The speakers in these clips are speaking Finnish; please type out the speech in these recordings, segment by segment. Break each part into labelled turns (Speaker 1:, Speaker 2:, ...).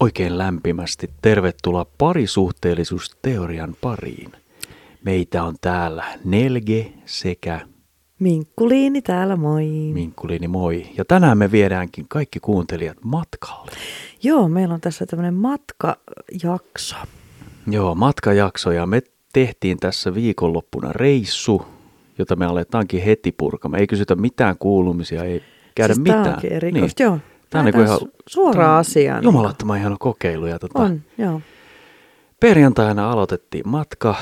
Speaker 1: Oikein lämpimästi tervetuloa parisuhteellisuusteorian pariin. Meitä on täällä Nelge sekä
Speaker 2: Minkkuliini täällä, moi.
Speaker 1: Minkkuliini Moi. Ja tänään me viedäänkin kaikki kuuntelijat matkalle.
Speaker 2: Joo, meillä on tässä tämmöinen matkajakso.
Speaker 1: Joo, matkajakso ja me tehtiin tässä viikonloppuna reissu, jota me aletaankin heti purkamaan. Ei kysytä mitään kuulumisia, ei käydä
Speaker 2: siis
Speaker 1: mitään.
Speaker 2: Tämä onkin erikoista, niin. joo.
Speaker 1: Tää on niinku
Speaker 2: Lähdetään
Speaker 1: ihan
Speaker 2: su- suoraan
Speaker 1: Niin.
Speaker 2: asiaan.
Speaker 1: Jumalattoman ihana kokeilu. Ja tota,
Speaker 2: On, joo.
Speaker 1: Perjantaina aloitettiin matka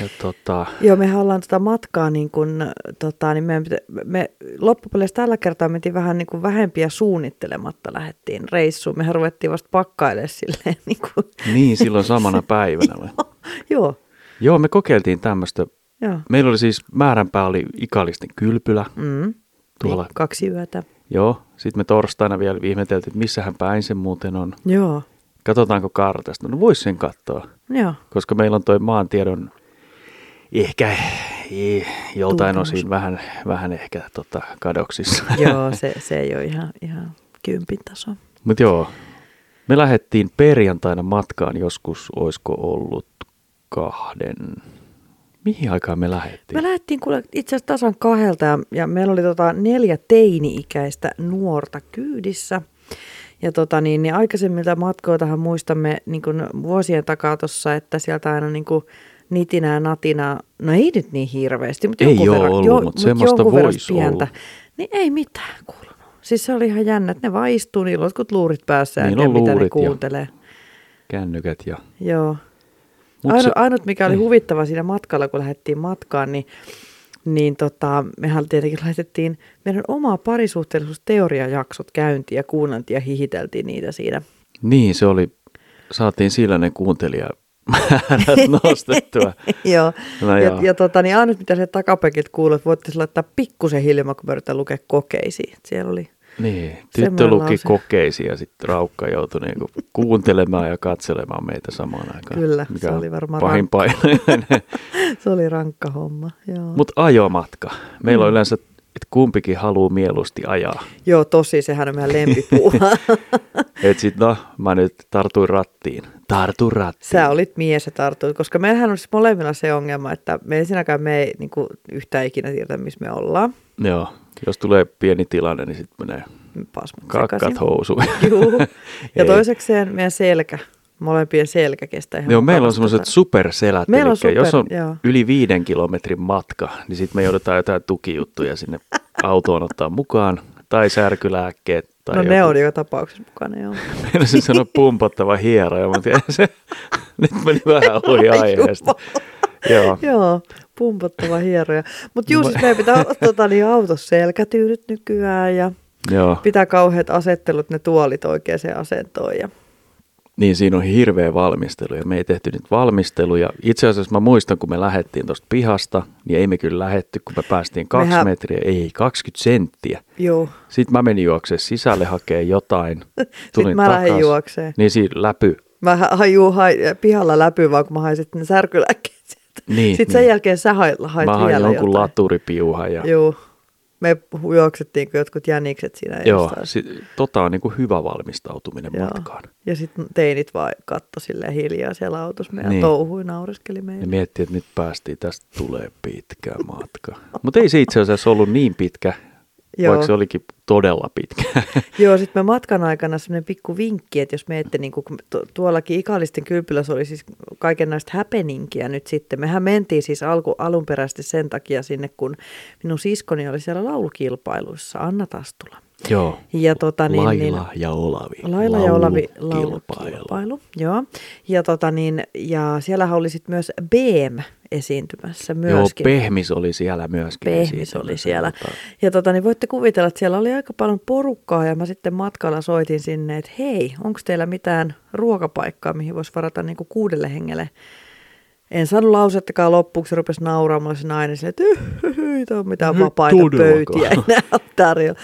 Speaker 1: ja tota,
Speaker 2: Joo, mehän ollaan tota matkaa niin kuin, tota, niin meidän pitä, me loppupeleissä tällä kertaa mentiin vähän niin kuin vähempiä suunnittelematta lähettiin reissuun. Mehän ruvettiin vasta pakkailemaan silleen niin kuin,
Speaker 1: niin silloin samana päivänä. vai?
Speaker 2: joo,
Speaker 1: Joo, me kokeiltiin tämmöistä.
Speaker 2: joo.
Speaker 1: Meillä oli siis määränpää oli Ikalisten kylpylä
Speaker 2: Mm.
Speaker 1: tuolla.
Speaker 2: Niin, kaksi yötä.
Speaker 1: Joo, sitten me torstaina vielä ihmeteltiin, että missähän päin se muuten on.
Speaker 2: Joo,
Speaker 1: Katsotaanko kartasta? No vois sen katsoa,
Speaker 2: joo.
Speaker 1: koska meillä on toi maantiedon ehkä eh, joltain
Speaker 2: Tuntemus.
Speaker 1: osin vähän, vähän ehkä tota, kadoksissa.
Speaker 2: Joo, se, se ei ole ihan, ihan kympin taso.
Speaker 1: Mutta joo, me lähdettiin perjantaina matkaan joskus, oisko ollut kahden... Mihin aikaan me lähdettiin?
Speaker 2: Me lähdettiin kuule itse asiassa tasan kahdelta ja, ja meillä oli tota neljä teini-ikäistä nuorta kyydissä. Ja tota niin, niin aikaisemmilta matkoiltahan muistamme niin kuin vuosien takaa tuossa, että sieltä aina niin kuin nitinää ja natinaa, no ei nyt niin hirveästi, mutta
Speaker 1: Ei
Speaker 2: jonkun
Speaker 1: oo
Speaker 2: verran,
Speaker 1: ollut, mut
Speaker 2: mut
Speaker 1: semmoista
Speaker 2: jonkun verran
Speaker 1: vois olla.
Speaker 2: pientä. Niin ei mitään kuulunut. Siis se oli ihan jännä, että ne vaistuu, niillä on jotkut luurit päässä, en
Speaker 1: Niillä
Speaker 2: tiedä
Speaker 1: on
Speaker 2: mitä ne
Speaker 1: luurit ja-
Speaker 2: kuuntelee.
Speaker 1: Kännykät ja...
Speaker 2: Joo.
Speaker 1: Mut
Speaker 2: Aino,
Speaker 1: se- Niin.
Speaker 2: se... Ainut, mikä oli huvittava siinä matkalla, kun lähdettiin matkaan, niin, niin tota, mehän tietenkin laitettiin meidän omaa parisuhteellisuusteoriajaksot käyntiin ja kuunneltiin ja hihiteltiin niitä siinä.
Speaker 1: Niin, se oli... Saatiin sillä ne kuuntelijamäärät nostettua.
Speaker 2: joo.
Speaker 1: No
Speaker 2: ja,
Speaker 1: joo.
Speaker 2: ja tota, niin ainut, mitä se takapekiltä kuuluu, että voitte laittaa pikkusen hiljemmin, kun me yritetään lukea kokeisiin. Et Siellä oli,
Speaker 1: Niin, tyttö
Speaker 2: Semmoinen
Speaker 1: luki
Speaker 2: lause.
Speaker 1: kokeisiin ja sitten Raukka joutui niinku kuuntelemaan ja katselemaan meitä samaan aikaan.
Speaker 2: Kyllä,
Speaker 1: mikä
Speaker 2: se
Speaker 1: on
Speaker 2: oli varmaan
Speaker 1: pahin paine.
Speaker 2: se oli rankka homma. Joo.
Speaker 1: Mutta ajomatka. Meillä
Speaker 2: Mm.
Speaker 1: on yleensä, että kumpikin haluaa mieluusti ajaa.
Speaker 2: joo, tosi, sehän on meidän lempipuuha.
Speaker 1: Et sit no, mä nyt tartuin rattiin. Tartu rattiin.
Speaker 2: Sä olit mies ja tartuit, koska meillähän on siis molemmilla se ongelma, että me ensinnäkään me ei niin kuin, yhtään ikinä tiedä, missä me ollaan.
Speaker 1: Joo. Jos tulee pieni tilanne, niin sitten menee
Speaker 2: Pasmat sekaisin.
Speaker 1: kakkat housuun.
Speaker 2: Juu. Ja
Speaker 1: Ei.
Speaker 2: toisekseen meidän selkä, molempien selkä kestää ihan
Speaker 1: Joo, meillä on
Speaker 2: mukavasti
Speaker 1: semmoiset
Speaker 2: tota-
Speaker 1: superselät.
Speaker 2: Meillä on
Speaker 1: elikkä jos on
Speaker 2: super- joo.
Speaker 1: yli viiden kilometrin matka, niin sitten me joudutaan jotain tukijuttuja sinne autoon ottaa mukaan. Tai särkylääkkeet. Tai
Speaker 2: No
Speaker 1: joku.
Speaker 2: ne on joka tapauksessa mukana, joo.
Speaker 1: Meinasin sanoa pumpattava hieroja, mutta ei se, nyt meni vähän ohi
Speaker 2: Ai
Speaker 1: aiheesta.
Speaker 2: jumala.
Speaker 1: Joo.
Speaker 2: Joo, pumpattava hieroja. Mutta
Speaker 1: No.
Speaker 2: juu, siis meidän pitää tota, niin autossa selkätyydyt nykyään ja
Speaker 1: Joo.
Speaker 2: pitää kauheat asettelut, ne tuolit oikeaan asentoon. Ja...
Speaker 1: Niin, siinä on hirveä valmistelu ja me ei tehty nyt valmisteluja. Itse asiassa mä muistan, kun me lähdettiin tuosta pihasta, niin ei me kyllä lähetty, kun me päästiin kaksi Mehän...
Speaker 2: Mehän-
Speaker 1: metriä, ei 20 senttiä.
Speaker 2: Joo,
Speaker 1: Sitten mä menin juokseen sisälle hakee jotain.
Speaker 2: sitten mä lähden
Speaker 1: takas.
Speaker 2: juokseen.
Speaker 1: Niin siinä läpy.
Speaker 2: Mä ha- hajuu hai, pihalla läpi vaan, kun mä hain sitten ne särkylääkkeet. sieltä.
Speaker 1: Niin,
Speaker 2: sitten sen
Speaker 1: niin.
Speaker 2: jälkeen sä hait, hait
Speaker 1: mä hain
Speaker 2: vielä
Speaker 1: jonkun
Speaker 2: jotain.
Speaker 1: laturipiuhan ja
Speaker 2: Joo. Me hu- juoksettiin kuin jotkut jänikset siinä
Speaker 1: joo,
Speaker 2: edestaan.
Speaker 1: sit, tota on niin kuin hyvä valmistautuminen joo.
Speaker 2: Joo.
Speaker 1: matkaan.
Speaker 2: Ja sitten teinit vaan katto silleen hiljaa siellä autossa meidän
Speaker 1: Niin.
Speaker 2: niin. touhui, naureskeli
Speaker 1: Ja
Speaker 2: meille.
Speaker 1: miettii, että nyt päästiin, tästä tulee pitkä matka. Mutta ei se itse asiassa ollut niin pitkä, joo.
Speaker 2: Joo.
Speaker 1: vaikka se olikin todella pitkä.
Speaker 2: Joo, sitten me matkan aikana semmoinen pikku vinkki, että jos me ette, niin kuin, tuollakin ikallisten kylpylässä oli siis kaiken näistä häpeninkiä nyt sitten. Mehän mentiin siis alku, alunperäisesti sen takia sinne, kun minun siskoni oli siellä laulukilpailuissa, Anna Tastula.
Speaker 1: joo.
Speaker 2: Ja tota, niin, niin,
Speaker 1: Laila ja Olavi.
Speaker 2: Laila ja Olavi
Speaker 1: laulukilpailu.
Speaker 2: laulukilpailu. Joo. Ja, tota niin, ja siellähän oli sit myös BM esiintymässä
Speaker 1: Joo,
Speaker 2: myöskin.
Speaker 1: Pehmis oli siellä myöskin.
Speaker 2: Pehmis
Speaker 1: esiintymässä,
Speaker 2: siis oli siellä.
Speaker 1: mutta-
Speaker 2: Ja tota, niin voitte kuvitella, että siellä oli aika paljon porukkaa ja mä sitten matkalla soitin sinne, että hei, onko teillä mitään ruokapaikkaa, mihin voisi varata niinku kuudelle hengelle en saanut lausettakaan loppuun, kun se rupesi nauraamaan se nainen silleen, että "Yh, hyh, ei ole mitään
Speaker 1: Nyt
Speaker 2: vapaita
Speaker 1: todellakaan.
Speaker 2: pöytiä enää ole tarjolla.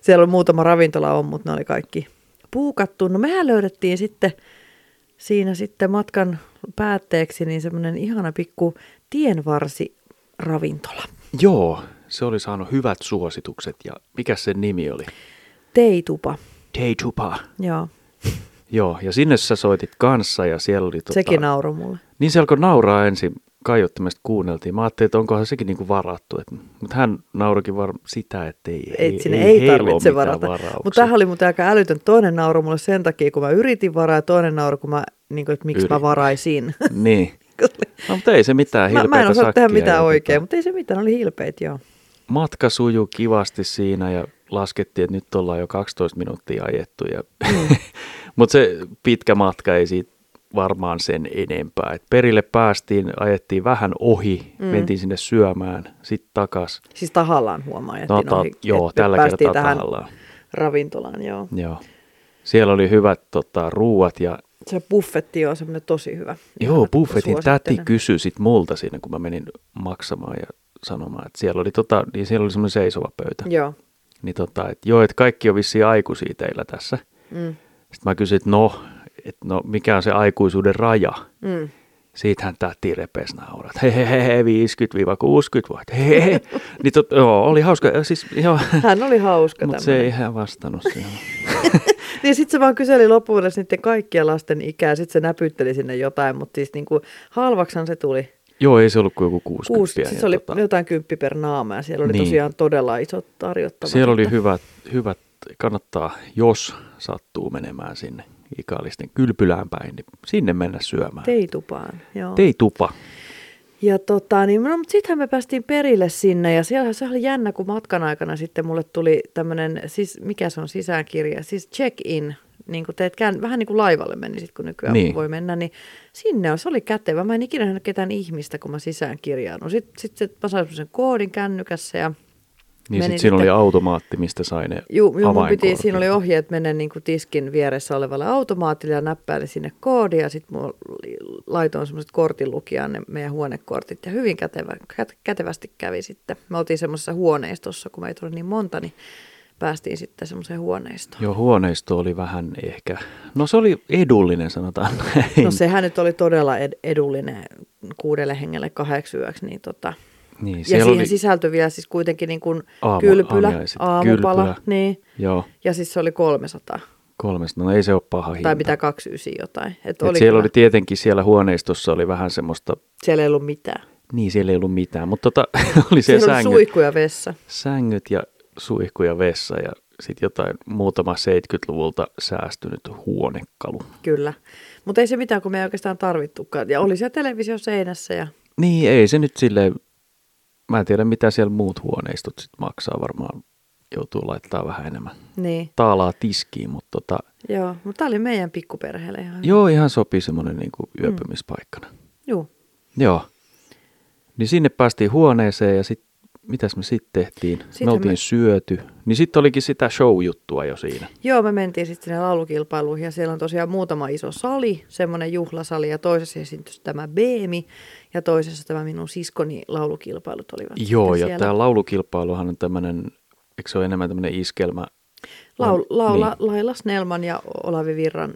Speaker 2: Siellä oli muutama ravintola on, mutta ne oli kaikki puukattu. No mehän löydettiin sitten siinä sitten matkan päätteeksi niin semmoinen ihana pikku tienvarsi ravintola.
Speaker 1: Joo, se oli saanut hyvät suositukset ja mikä sen nimi oli?
Speaker 2: Teitupa,
Speaker 1: Teitupa.
Speaker 2: joo.
Speaker 1: Joo, ja sinne sä soitit kanssa ja siellä oli... Tota,
Speaker 2: Sekin nauroi mulle.
Speaker 1: Niin se alkoi nauraa ensin, kaiuttimesta kuunneltiin. Mä ajattelin, että onkohan sekin niinku varattu. Et, mutta hän naurokin varmaan sitä, että ei,
Speaker 2: Et sinne ei,
Speaker 1: heillä ole
Speaker 2: tarvitse
Speaker 1: mitään
Speaker 2: varata. Mutta
Speaker 1: varauksia.
Speaker 2: tämähän oli muuten aika älytön. Toinen nauru mulle sen takia, kun mä yritin varaa ja toinen nauru, kun mä, niin kuin, että miksi mä
Speaker 1: Yritit.
Speaker 2: varaisin.
Speaker 1: Niin. No, mutta ei se mitään
Speaker 2: mä,
Speaker 1: hilpeitä
Speaker 2: mä en osaa
Speaker 1: sakkia
Speaker 2: tehdä mitään
Speaker 1: ja tota-
Speaker 2: oikein, mutta ei se mitään, ne oli hilpeet joo.
Speaker 1: matka sujuu kivasti siinä ja laskettiin, että nyt ollaan jo 12 minuuttia ajettu. Ja... Mutta se pitkä matka ei siitä varmaan sen enempää. Et perille päästiin, ajettiin vähän ohi, mm. mentiin sinne syömään, sitten takas.
Speaker 2: Siis tahallaan huomaa, että niin
Speaker 1: No, ta- joo,
Speaker 2: että
Speaker 1: tällä
Speaker 2: päästiin
Speaker 1: kertaa
Speaker 2: tähän
Speaker 1: tahallaan.
Speaker 2: ravintolaan, joo.
Speaker 1: Joo. Siellä oli hyvät tota, ruuat ja
Speaker 2: Se buffetti on semmoinen tosi hyvä.
Speaker 1: Joo,
Speaker 2: Ihan
Speaker 1: buffetin täti
Speaker 2: suosittelen.
Speaker 1: kysyi sit multa siinä, kun mä menin maksamaan ja sanomaan, että siellä oli, tota, niin siellä oli semmoinen seisova pöytä.
Speaker 2: Joo,
Speaker 1: Niin tota, että joo, että kaikki on vissiin aikuisia teillä tässä.
Speaker 2: mm,
Speaker 1: Sitten mä kysyin, että no, et no, mikä on se aikuisuuden raja?
Speaker 2: mm.
Speaker 1: Siitähän täti repes nauraa, että hei, hei, hei, hei, 50-60 vuotta, hei, hei, hei. Niin tot, joo, oli hauska, ja siis joo,
Speaker 2: Hän oli hauska
Speaker 1: mutta se
Speaker 2: tämmöinen.
Speaker 1: ei ihan vastannut siihen.
Speaker 2: Niin sitten se vaan kyseli loppuudessa niiden kaikkien lasten ikää, sitten se näpytteli sinne jotain, mutta siis niinku halvaksan se tuli.
Speaker 1: Joo, ei se ollut kuin joku tota. 60.
Speaker 2: Kuusi, siis se oli jotain kymppi per naama ja siellä oli
Speaker 1: Niin.
Speaker 2: tosiaan todella isot tarjottavat.
Speaker 1: Siellä oli
Speaker 2: että-
Speaker 1: hyvät, hyvät, kannattaa, jos sattuu menemään sinne ikallisten kylpylään päin, niin sinne mennä syömään.
Speaker 2: Teitupaan, joo.
Speaker 1: Tei tupa.
Speaker 2: Ja tota, niin, no, mutta sittenhän me päästiin perille sinne ja siellä se oli jännä, kun matkan aikana sitten mulle tuli tämmöinen, siis mikä se on sisäänkirja, siis check-in, niin kuin teet kään, vähän niin kuin laivalle menisit, kun nykyään
Speaker 1: Niin.
Speaker 2: niin. voi mennä, niin sinne on, se oli kätevä. Mä en ikinä nähnyt ketään ihmistä, kun mä sisään kirjaannut. Sitten sit, sit mä sain semmoisen koodin kännykässä ja
Speaker 1: Niin
Speaker 2: Menin
Speaker 1: sitten siinä oli
Speaker 2: sitten-
Speaker 1: automaatti, mistä sai ne
Speaker 2: Juu, juu mun piti,
Speaker 1: avainkortit.
Speaker 2: siinä oli ohjeet mennä niin kuin tiskin vieressä olevalle automaatille ja näppäili sinne koodi ja sitten mulla oli- laitoin semmoiset kortinlukijaan ne meidän huonekortit ja hyvin kätevä, kät, kätevästi kävi sitten. Me oltiin semmoisessa huoneistossa, kun meitä oli niin monta, niin päästiin sitten semmoiseen huoneistoon.
Speaker 1: Joo, huoneisto oli vähän ehkä, no se oli edullinen sanotaan näin.
Speaker 2: No sehän nyt oli todella ed- edullinen kuudelle hengelle kahdeksi yöksi, niin tota,
Speaker 1: niin,
Speaker 2: ja
Speaker 1: siellä
Speaker 2: siihen
Speaker 1: oli,
Speaker 2: sisältyi vielä siis kuitenkin niin kuin
Speaker 1: Aamu-
Speaker 2: kylpylä,
Speaker 1: aamiaiset,
Speaker 2: aamupala,
Speaker 1: kylpylä.
Speaker 2: niin,
Speaker 1: Joo,
Speaker 2: ja siis se oli 300
Speaker 1: kolmesta, no ei se ole paha hinta.
Speaker 2: tai mitä 29 jotain. Et
Speaker 1: Et
Speaker 2: oli
Speaker 1: siellä
Speaker 2: kyllä-
Speaker 1: oli tietenkin, siellä huoneistossa oli vähän semmoista,
Speaker 2: Siellä ei ollut mitään.
Speaker 1: niin siellä ei ollut mitään, mutta tota, oli siellä,
Speaker 2: Siellä oli
Speaker 1: sängyt.
Speaker 2: suihku ja vessa.
Speaker 1: sängyt ja suihku ja vessa ja sitten jotain muutama 70-luvulta säästynyt huonekalu.
Speaker 2: Kyllä. Mutta ei se mitään, kun me ei oikeastaan tarvittukaan. Ja oli siellä televisio seinässä ja
Speaker 1: Niin, ei se nyt silleen, mä en tiedä mitä siellä muut huoneistot sitten maksaa, varmaan joutuu laittaa vähän enemmän
Speaker 2: niin.
Speaker 1: taalaa tiskiin, mutta tota,
Speaker 2: Joo, mutta tämä oli meidän pikkuperheelle ihan.
Speaker 1: joo ihan sopii semmoinen niinku yöpymispaikkana. Mm.
Speaker 2: Joo.
Speaker 1: Joo. Niin sinne päästiin huoneeseen ja sitten mitäs me sitten tehtiin? Sitten me
Speaker 2: Sittenhän
Speaker 1: oltiin me...
Speaker 2: me-
Speaker 1: syöty. Niin sitten olikin sitä show-juttua jo siinä.
Speaker 2: Joo, me mentiin sitten sinne laulukilpailuihin ja siellä on tosiaan muutama iso sali, semmoinen juhlasali ja toisessa esiintyi tämä Beemi ja toisessa tämä minun siskoni laulukilpailut olivat.
Speaker 1: Joo,
Speaker 2: sitten
Speaker 1: ja
Speaker 2: siellä.
Speaker 1: tämä laulukilpailuhan on tämmöinen, eikö se ole enemmän tämmöinen iskelmä?
Speaker 2: Laul, laula,
Speaker 1: Niin.
Speaker 2: niin. Laila Snellman ja Olavi Virran,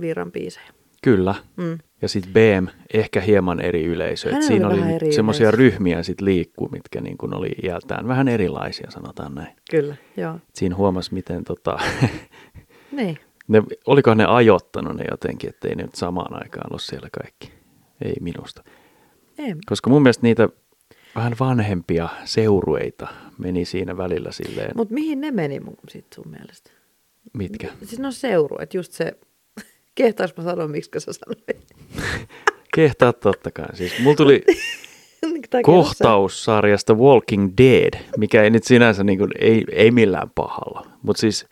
Speaker 2: Virran biisejä.
Speaker 1: Kyllä.
Speaker 2: Mm.
Speaker 1: Ja sitten BM, ehkä hieman eri yleisö. Et
Speaker 2: Hänellä
Speaker 1: siinä
Speaker 2: oli
Speaker 1: oli
Speaker 2: vähän eri
Speaker 1: semmoisia
Speaker 2: yleisö.
Speaker 1: ryhmiä sitten liikkuu, mitkä niin kun oli iältään vähän erilaisia, sanotaan näin.
Speaker 2: Kyllä, joo.
Speaker 1: Et siinä huomasi, miten tota,
Speaker 2: Niin.
Speaker 1: ne, olikohan ne ajottanut ne jotenkin, ettei ne nyt samaan aikaan ole siellä kaikki. Ei minusta.
Speaker 2: Ei,
Speaker 1: Koska mun mielestä niitä vähän vanhempia seurueita meni siinä välillä silleen, Mut,
Speaker 2: Mutta mihin ne meni mun, sit sun mielestä?
Speaker 1: mitkä?
Speaker 2: Siis no seuru, että just se, kehtais mä sanoa, miksi sä sanoit.
Speaker 1: Kehtaa totta kai. Siis mulla tuli,
Speaker 2: Tai
Speaker 1: kohtaussarjasta Walking Dead, mikä ei nyt sinänsä niin kuin, ei, ei millään pahalla, mutta siis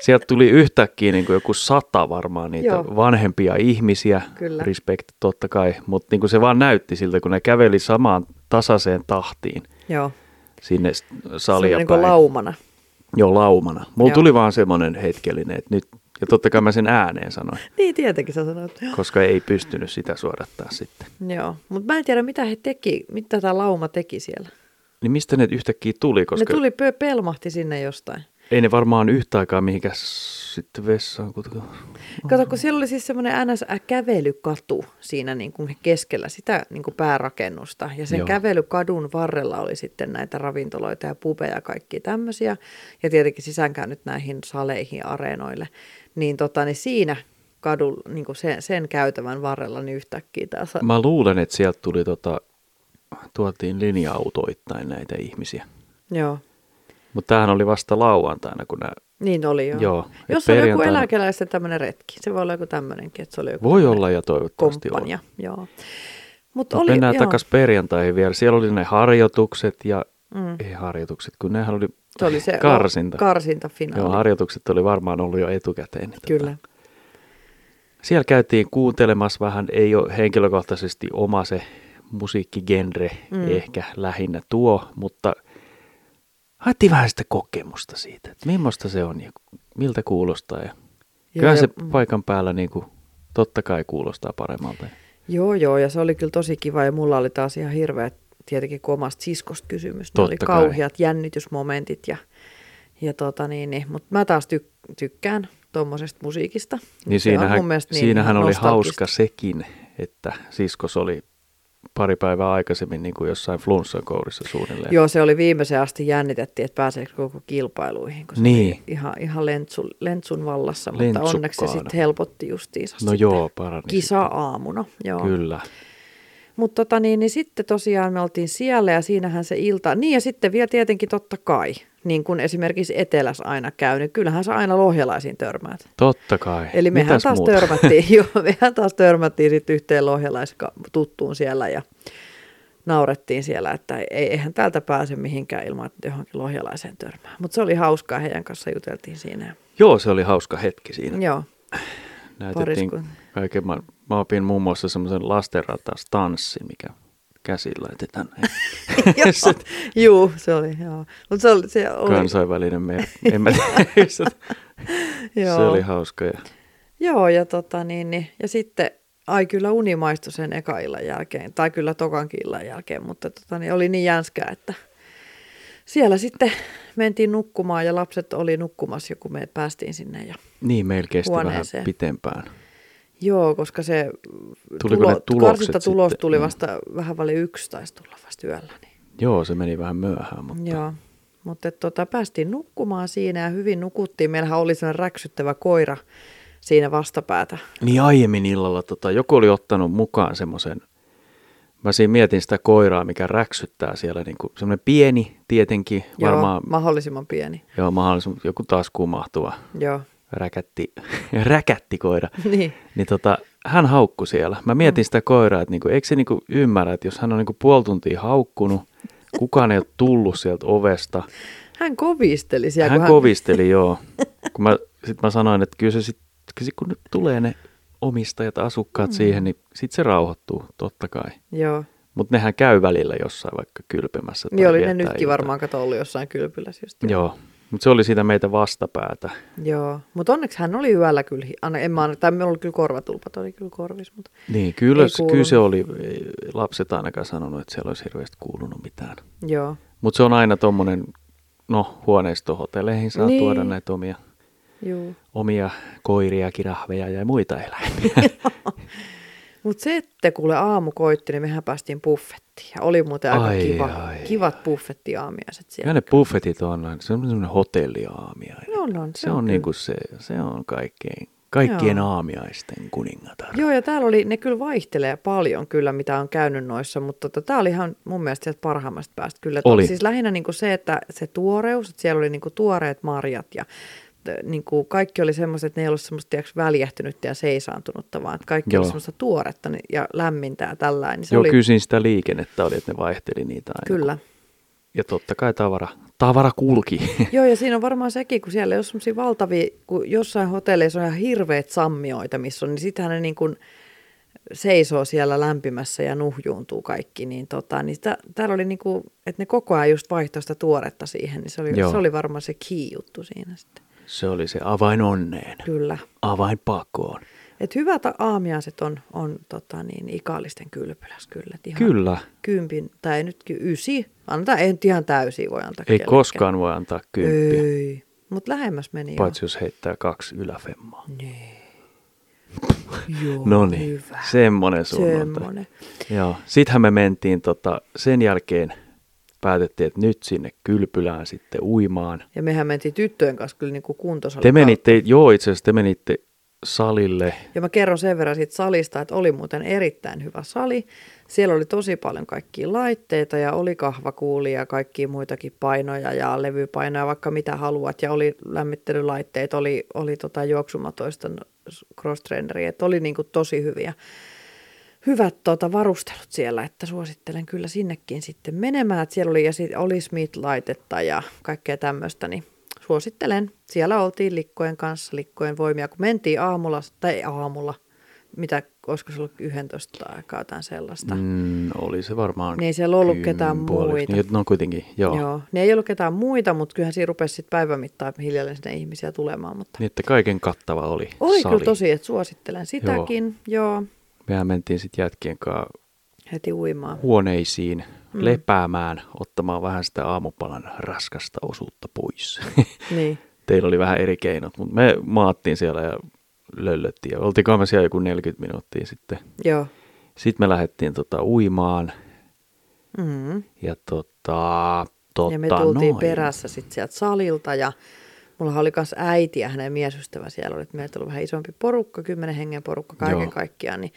Speaker 1: sieltä tuli yhtäkkiä niin kuin joku sata varmaan niitä Joo.
Speaker 2: Joo.
Speaker 1: vanhempia ihmisiä,
Speaker 2: Kyllä.
Speaker 1: respect totta kai, mutta niin kuin se vaan näytti siltä, kun ne käveli samaan tasaiseen tahtiin
Speaker 2: Joo,
Speaker 1: sinne s- salia
Speaker 2: semmoinen
Speaker 1: päin.
Speaker 2: niin kuin laumana.
Speaker 1: Joo, laumana. Mulla Joo.
Speaker 2: Joo.
Speaker 1: tuli vaan semmoinen hetkellinen, että nyt, ja totta kai mä sen ääneen sanoin,
Speaker 2: Niin, tietenkin sä sanoit. Joo.
Speaker 1: koska ei pystynyt sitä suodattaa sitten.
Speaker 2: Joo, mutta mä en tiedä, mitä he teki, mitä tämä lauma teki siellä.
Speaker 1: Niin mistä ne yhtäkkiä tuli,
Speaker 2: Koska...
Speaker 1: koska
Speaker 2: Ne tuli, pö- pelmahti sinne jostain.
Speaker 1: ei ne varmaan yhtä aikaa mihinkään s- sitten vessaan kuitenkaan.
Speaker 2: Kato, kun siellä oli siis semmoinen NS-kävelykatu siinä niin kuin keskellä sitä niin kuin päärakennusta. Ja sen
Speaker 1: Joo.
Speaker 2: Joo. kävelykadun varrella oli sitten näitä ravintoloita ja pubeja ja kaikki tämmöisiä. Ja tietenkin sisäänkäynyt näihin saleihin, areenoille. Niin, tota, niin siinä kadun, niin kuin sen, sen käytävän varrella, niin yhtäkkiä tämä sa-
Speaker 1: Mä luulen, että sieltä tuli tota, tuotiin linja-autoittain näitä ihmisiä.
Speaker 2: Joo.
Speaker 1: Mutta tämähän oli vasta lauantaina, kun nämä
Speaker 2: Niin oli jo.
Speaker 1: Joo, et
Speaker 2: Jos oli joku
Speaker 1: perjantaina-
Speaker 2: eläkeläisten tämmöinen retki, se voi olla joku tämmöinenkin, että se oli joku
Speaker 1: voi
Speaker 2: tämmönen
Speaker 1: olla ja toivottavasti on.
Speaker 2: komppania. Joo. Mut
Speaker 1: Mut
Speaker 2: oli,
Speaker 1: mennään
Speaker 2: joo.
Speaker 1: takaisin perjantaihin vielä. Siellä oli ne harjoitukset ja, mm. ei harjoitukset, kun nehän oli,
Speaker 2: Se oli se
Speaker 1: karsinta.
Speaker 2: karsintafinaali.
Speaker 1: Joo, harjoitukset oli varmaan ollut jo etukäteen. niin
Speaker 2: Kyllä.
Speaker 1: Siellä käytiin kuuntelemassa vähän, ei ole henkilökohtaisesti oma se musiikkigenre, mm. ehkä lähinnä tuo, mutta haettiin vähän sitä kokemusta siitä, että millaista se on ja miltä kuulostaa. Ja kyllähän se
Speaker 2: ja- mm.
Speaker 1: paikan päällä niin kuin, totta kai kuulostaa paremmalta.
Speaker 2: Joo, joo, ja se oli kyllä tosi kiva, ja mulla oli taas ihan hirveä, tietenkin kun omasta siskosta kysymys, ne oli
Speaker 1: Totta kai.
Speaker 2: kauheat jännitysmomentit, ja, ja tota niin, niin. mutta mä taas tyk- tykkään tuommoisesta musiikista.
Speaker 1: Niin
Speaker 2: Se on
Speaker 1: siinähän,
Speaker 2: mun mielestä niin
Speaker 1: siinähän
Speaker 2: ihan
Speaker 1: oli
Speaker 2: nostalgista.
Speaker 1: hauska sekin, että siskos oli pari päivää aikaisemmin niin kuin jossain flunssan kourissa suunnilleen.
Speaker 2: Joo, se oli viimeiseen asti jännitettiin, että pääseekö koko kilpailuihin, kun se
Speaker 1: Niin.
Speaker 2: oli ihan, ihan lentsun, lentsun vallassa, mutta onneksi se
Speaker 1: Lentsukkaana.
Speaker 2: sitten helpotti justiinsa
Speaker 1: no
Speaker 2: sitten
Speaker 1: joo, parani.
Speaker 2: kisa-aamuna. Joo.
Speaker 1: sitten. Kyllä.
Speaker 2: Mutta tota niin, niin sitten tosiaan me oltiin siellä ja siinähän se ilta, niin ja sitten vielä tietenkin totta kai, niin kuin esimerkiksi Etelässä aina käy, niin kyllähän sä aina lohjalaisiin törmäät.
Speaker 1: Totta kai.
Speaker 2: Eli mehän
Speaker 1: Mitäs
Speaker 2: taas
Speaker 1: muuta?
Speaker 2: törmättiin, joo, mehän taas törmättiin sitten yhteen lohjalaistuttuun siellä ja naurettiin siellä, että ei, eihän täältä pääse mihinkään ilman, että johonkin lohjalaiseen törmää. Mutta se oli hauskaa, heidän kanssa juteltiin siinä.
Speaker 1: Joo, se oli hauska hetki siinä.
Speaker 2: Joo,
Speaker 1: Näytettiin
Speaker 2: pariskunta.
Speaker 1: kaiken ma- Mä opin muun muassa semmoisen lastenrataastanssin, mikä käsillä laitetaan näin.
Speaker 2: joo, juu, se oli, joo. Mutta se oli, se oli,
Speaker 1: kansainvälinen me. En mä tiedä. se
Speaker 2: joo.
Speaker 1: se oli hauska. Ja...
Speaker 2: Joo, ja, tota, niin, niin, ja sitten, ai kyllä uni maistui sen eka illan jälkeen, tai kyllä tokankin illan jälkeen, mutta tota, niin oli niin jänskää, että siellä sitten mentiin nukkumaan ja lapset oli nukkumassa, jo, kun me päästiin sinne. Ja,
Speaker 1: Niin, meillä kesti vähän
Speaker 2: Huoneeseen.
Speaker 1: pitempään.
Speaker 2: joo, koska se
Speaker 1: Tuliko ne tulokset
Speaker 2: tulos
Speaker 1: sitten?
Speaker 2: tuli
Speaker 1: Mm.
Speaker 2: vasta vähän vaille yksi, taisi tulla vasta yöllä. Niin.
Speaker 1: Joo, se meni vähän myöhään, mutta
Speaker 2: Joo, mutta et tota, päästiin nukkumaan siinä ja hyvin nukuttiin. Meillähän oli sellainen räksyttävä koira siinä vastapäätä.
Speaker 1: Niin aiemmin illalla tota, joku oli ottanut mukaan semmoisen, mä siinä mietin sitä koiraa, mikä räksyttää siellä, niin kuin, semmoinen pieni tietenkin, varmaan
Speaker 2: Joo, mahdollisimman pieni.
Speaker 1: joo, mahdollisimman, joku taas mahtuva
Speaker 2: Joo,
Speaker 1: räkätti, räkättikoira.
Speaker 2: niin.
Speaker 1: Niin tota, hän haukku siellä. Mä
Speaker 2: Mm.
Speaker 1: mietin sitä koiraa, että niinku, eikö se niinku ymmärrä, että jos hän on niinku puoli tuntia haukkunut, kukaan ei ole tullut sieltä ovesta.
Speaker 2: Hän kovisteli siellä.
Speaker 1: hän
Speaker 2: kun
Speaker 1: kovisteli, joo. Kun mä, sit mä sanoin, että kyllä se sit, sit kun nyt tulee ne omistajat, asukkaat mm. siihen, niin sit se rauhoittuu, totta kai.
Speaker 2: Joo.
Speaker 1: Mutta nehän käy välillä jossain vaikka kylpemässä. tai
Speaker 2: Niin oli ne
Speaker 1: viettää
Speaker 2: nytkin
Speaker 1: iltaa.
Speaker 2: varmaan kato ollut jossain kylpylässä just.
Speaker 1: Joo, mutta se oli siitä meitä vastapäätä.
Speaker 2: Joo. Mutta onneksi hän oli yöllä kyllä. hi- Anna, en mä, anna- tai minulla oli kyllä korvatulpat, oli kyllä korvis. Mutta...
Speaker 1: Niin, kyllä,
Speaker 2: Ei
Speaker 1: kyllä se
Speaker 2: kuulunut.
Speaker 1: oli, ei lapset ainakaan sanonut, että siellä olisi hirveästi kuulunut mitään.
Speaker 2: Joo.
Speaker 1: Mutta se on aina tuommoinen, no huoneistohotelleihin saa niin.
Speaker 2: Niin.
Speaker 1: tuoda näitä omia,
Speaker 2: Joo.
Speaker 1: omia koiria, kirahveja ja muita eläimiä.
Speaker 2: Mutta sitten kuule aamu koitti, niin mehän päästiin buffettiin. Ja oli muuten aika
Speaker 1: Ai,
Speaker 2: kiva,
Speaker 1: ai,
Speaker 2: kivat buffettiaamiaiset
Speaker 1: Ja
Speaker 2: siellä.
Speaker 1: ne buffetit on aina, se on semmoinen hotelliaamiainen.
Speaker 2: No, no,
Speaker 1: se on,
Speaker 2: kyllä.
Speaker 1: niinku se, se on kaikkein, kaikkien Joo. aamiaisten kuningatar.
Speaker 2: Joo, ja täällä oli, ne kyllä vaihtelee paljon kyllä, mitä on käynyt noissa, mutta tota, tämä oli ihan mun mielestä sieltä parhaimmasta päästä kyllä. Että
Speaker 1: Oli.
Speaker 2: Siis lähinnä niin kuin se, että se tuoreus, että siellä oli niin kuin tuoreet marjat ja t- niin kuin kaikki oli semmoiset, että ne ei ollut semmoista tiiäks, väljähtynyttä ja seisaantunutta, vaan että kaikki
Speaker 1: Joo.
Speaker 2: oli semmoista tuoretta niin- ja lämmintä ja tällainen. Niin se
Speaker 1: Joo,
Speaker 2: oli,
Speaker 1: kyllä siinä sitä liikennettä oli, että ne vaihteli niitä aina.
Speaker 2: kyllä.
Speaker 1: Ja totta kai tavara, tavara kulki.
Speaker 2: Joo, ja siinä on varmaan sekin, kun siellä ei ole semmoisia valtavia, kun jossain hotelleissa on ihan hirveät sammioita, missä on, niin sitähän ne niin kuin seisoo siellä lämpimässä ja nuhjuuntuu kaikki, niin, tota, niin sitä, täällä oli niin kuin, että ne koko ajan just vaihtoi sitä tuoretta siihen, niin se oli,
Speaker 1: Joo.
Speaker 2: se oli varmaan se key-juttu siinä sitten.
Speaker 1: se oli se avain onneen,
Speaker 2: Kyllä.
Speaker 1: avain pakoon.
Speaker 2: Et hyvä ta- aamiaiset on, on tota niin, ikallisten kylpylässä kyllä. et Ihan
Speaker 1: Kyllä,
Speaker 2: Kympin, tai ei nyt ky- ysi, annetaan, ei nyt ihan täysiä voi antaa
Speaker 1: ei
Speaker 2: kellekään.
Speaker 1: koskaan voi antaa kymppiä.
Speaker 2: Ei. mutta lähemmäs meni
Speaker 1: Paitsi jos heittää kaksi yläfemmaa.
Speaker 2: jo. Niin. Joo,
Speaker 1: No niin,
Speaker 2: hyvä.
Speaker 1: semmoinen suunnilta.
Speaker 2: Semmonen.
Speaker 1: Joo. Sittenhän me mentiin tota, sen jälkeen päätettiin, että nyt sinne kylpylään sitten uimaan.
Speaker 2: Ja mehän mentiin tyttöjen kanssa kyllä niin kuin kuntosalille.
Speaker 1: Te menitte, joo itse asiassa te menitte salille.
Speaker 2: Ja mä kerron sen verran siitä salista, että oli muuten erittäin hyvä sali. Siellä oli tosi paljon kaikkia laitteita ja oli kahvakuulia ja kaikkia muitakin painoja ja levypainoja, vaikka mitä haluat. Ja oli lämmittelylaitteet, oli, oli tota juoksumatoista cross että oli niinku tosi hyviä. Hyvät tota, varustelut siellä, että suosittelen kyllä sinnekin sitten menemään. Että siellä oli, ja sit oli Smith-laitetta ja kaikkea tämmöistä, niin suosittelen. Siellä oltiin likkojen kanssa, likkojen voimia, kun mentiin aamulla, tai aamulla, mitä, olisiko se ollut 11 aikaa jotain sellaista. Mm,
Speaker 1: Mm, oli se varmaan
Speaker 2: Niin ei siellä ollut
Speaker 1: kymmen
Speaker 2: ketään
Speaker 1: puoliksi.
Speaker 2: muita.
Speaker 1: Niin, no kuitenkin, joo.
Speaker 2: joo.
Speaker 1: joo.
Speaker 2: joo. Ne ei ollut ketään muita, mutta kyllähän siinä rupesi sitten päivän mittaan hiljalleen sinne ihmisiä tulemaan, mutta
Speaker 1: Niin, että kaiken kattava oli
Speaker 2: oli
Speaker 1: sali.
Speaker 2: kyllä tosi, että suosittelen sitäkin, joo, joo
Speaker 1: Mehän mentiin sitten jätkien kanssa
Speaker 2: heti uimaan.
Speaker 1: huoneisiin mm. lepäämään, ottamaan vähän sitä aamupalan raskasta osuutta pois.
Speaker 2: Niin.
Speaker 1: Teillä oli vähän eri keinot, mutta me maattiin siellä ja löllöttiin. Ja oltiinko me siellä joku 40 minuuttia sitten.
Speaker 2: Joo.
Speaker 1: Sitten me lähdettiin tota uimaan
Speaker 2: Mm.
Speaker 1: ja tota, totta
Speaker 2: Ja me tultiin
Speaker 1: noin.
Speaker 2: perässä sitten sieltä salilta ja mulla oli myös äiti ja hänen miesystävä siellä oli, että meillä tuli vähän isompi porukka, kymmenen hengen porukka kaiken
Speaker 1: Joo.
Speaker 2: Joo. kaikkiaan. Niin,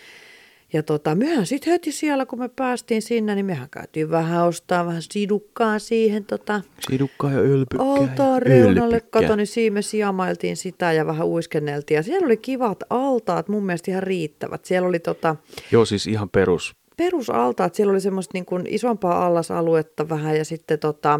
Speaker 2: ja tota, mehän sitten heti siellä, kun me päästiin sinne, niin mehän käytiin vähän ostaa vähän sidukkaa siihen tota,
Speaker 1: Sidukkaa ja ölpykkää. ja
Speaker 2: altaan reunalle.
Speaker 1: ölpykkää.
Speaker 2: Kato, niin siinä me siamailtiin sitä ja vähän uiskenneltiin. Ja siellä oli kivat altaat, mun mielestä ihan riittävät. Siellä oli tota,
Speaker 1: Joo, siis ihan perus.
Speaker 2: perusaltaat, siellä oli semmoista niin kuin isompaa allasaluetta vähän ja sitten tota,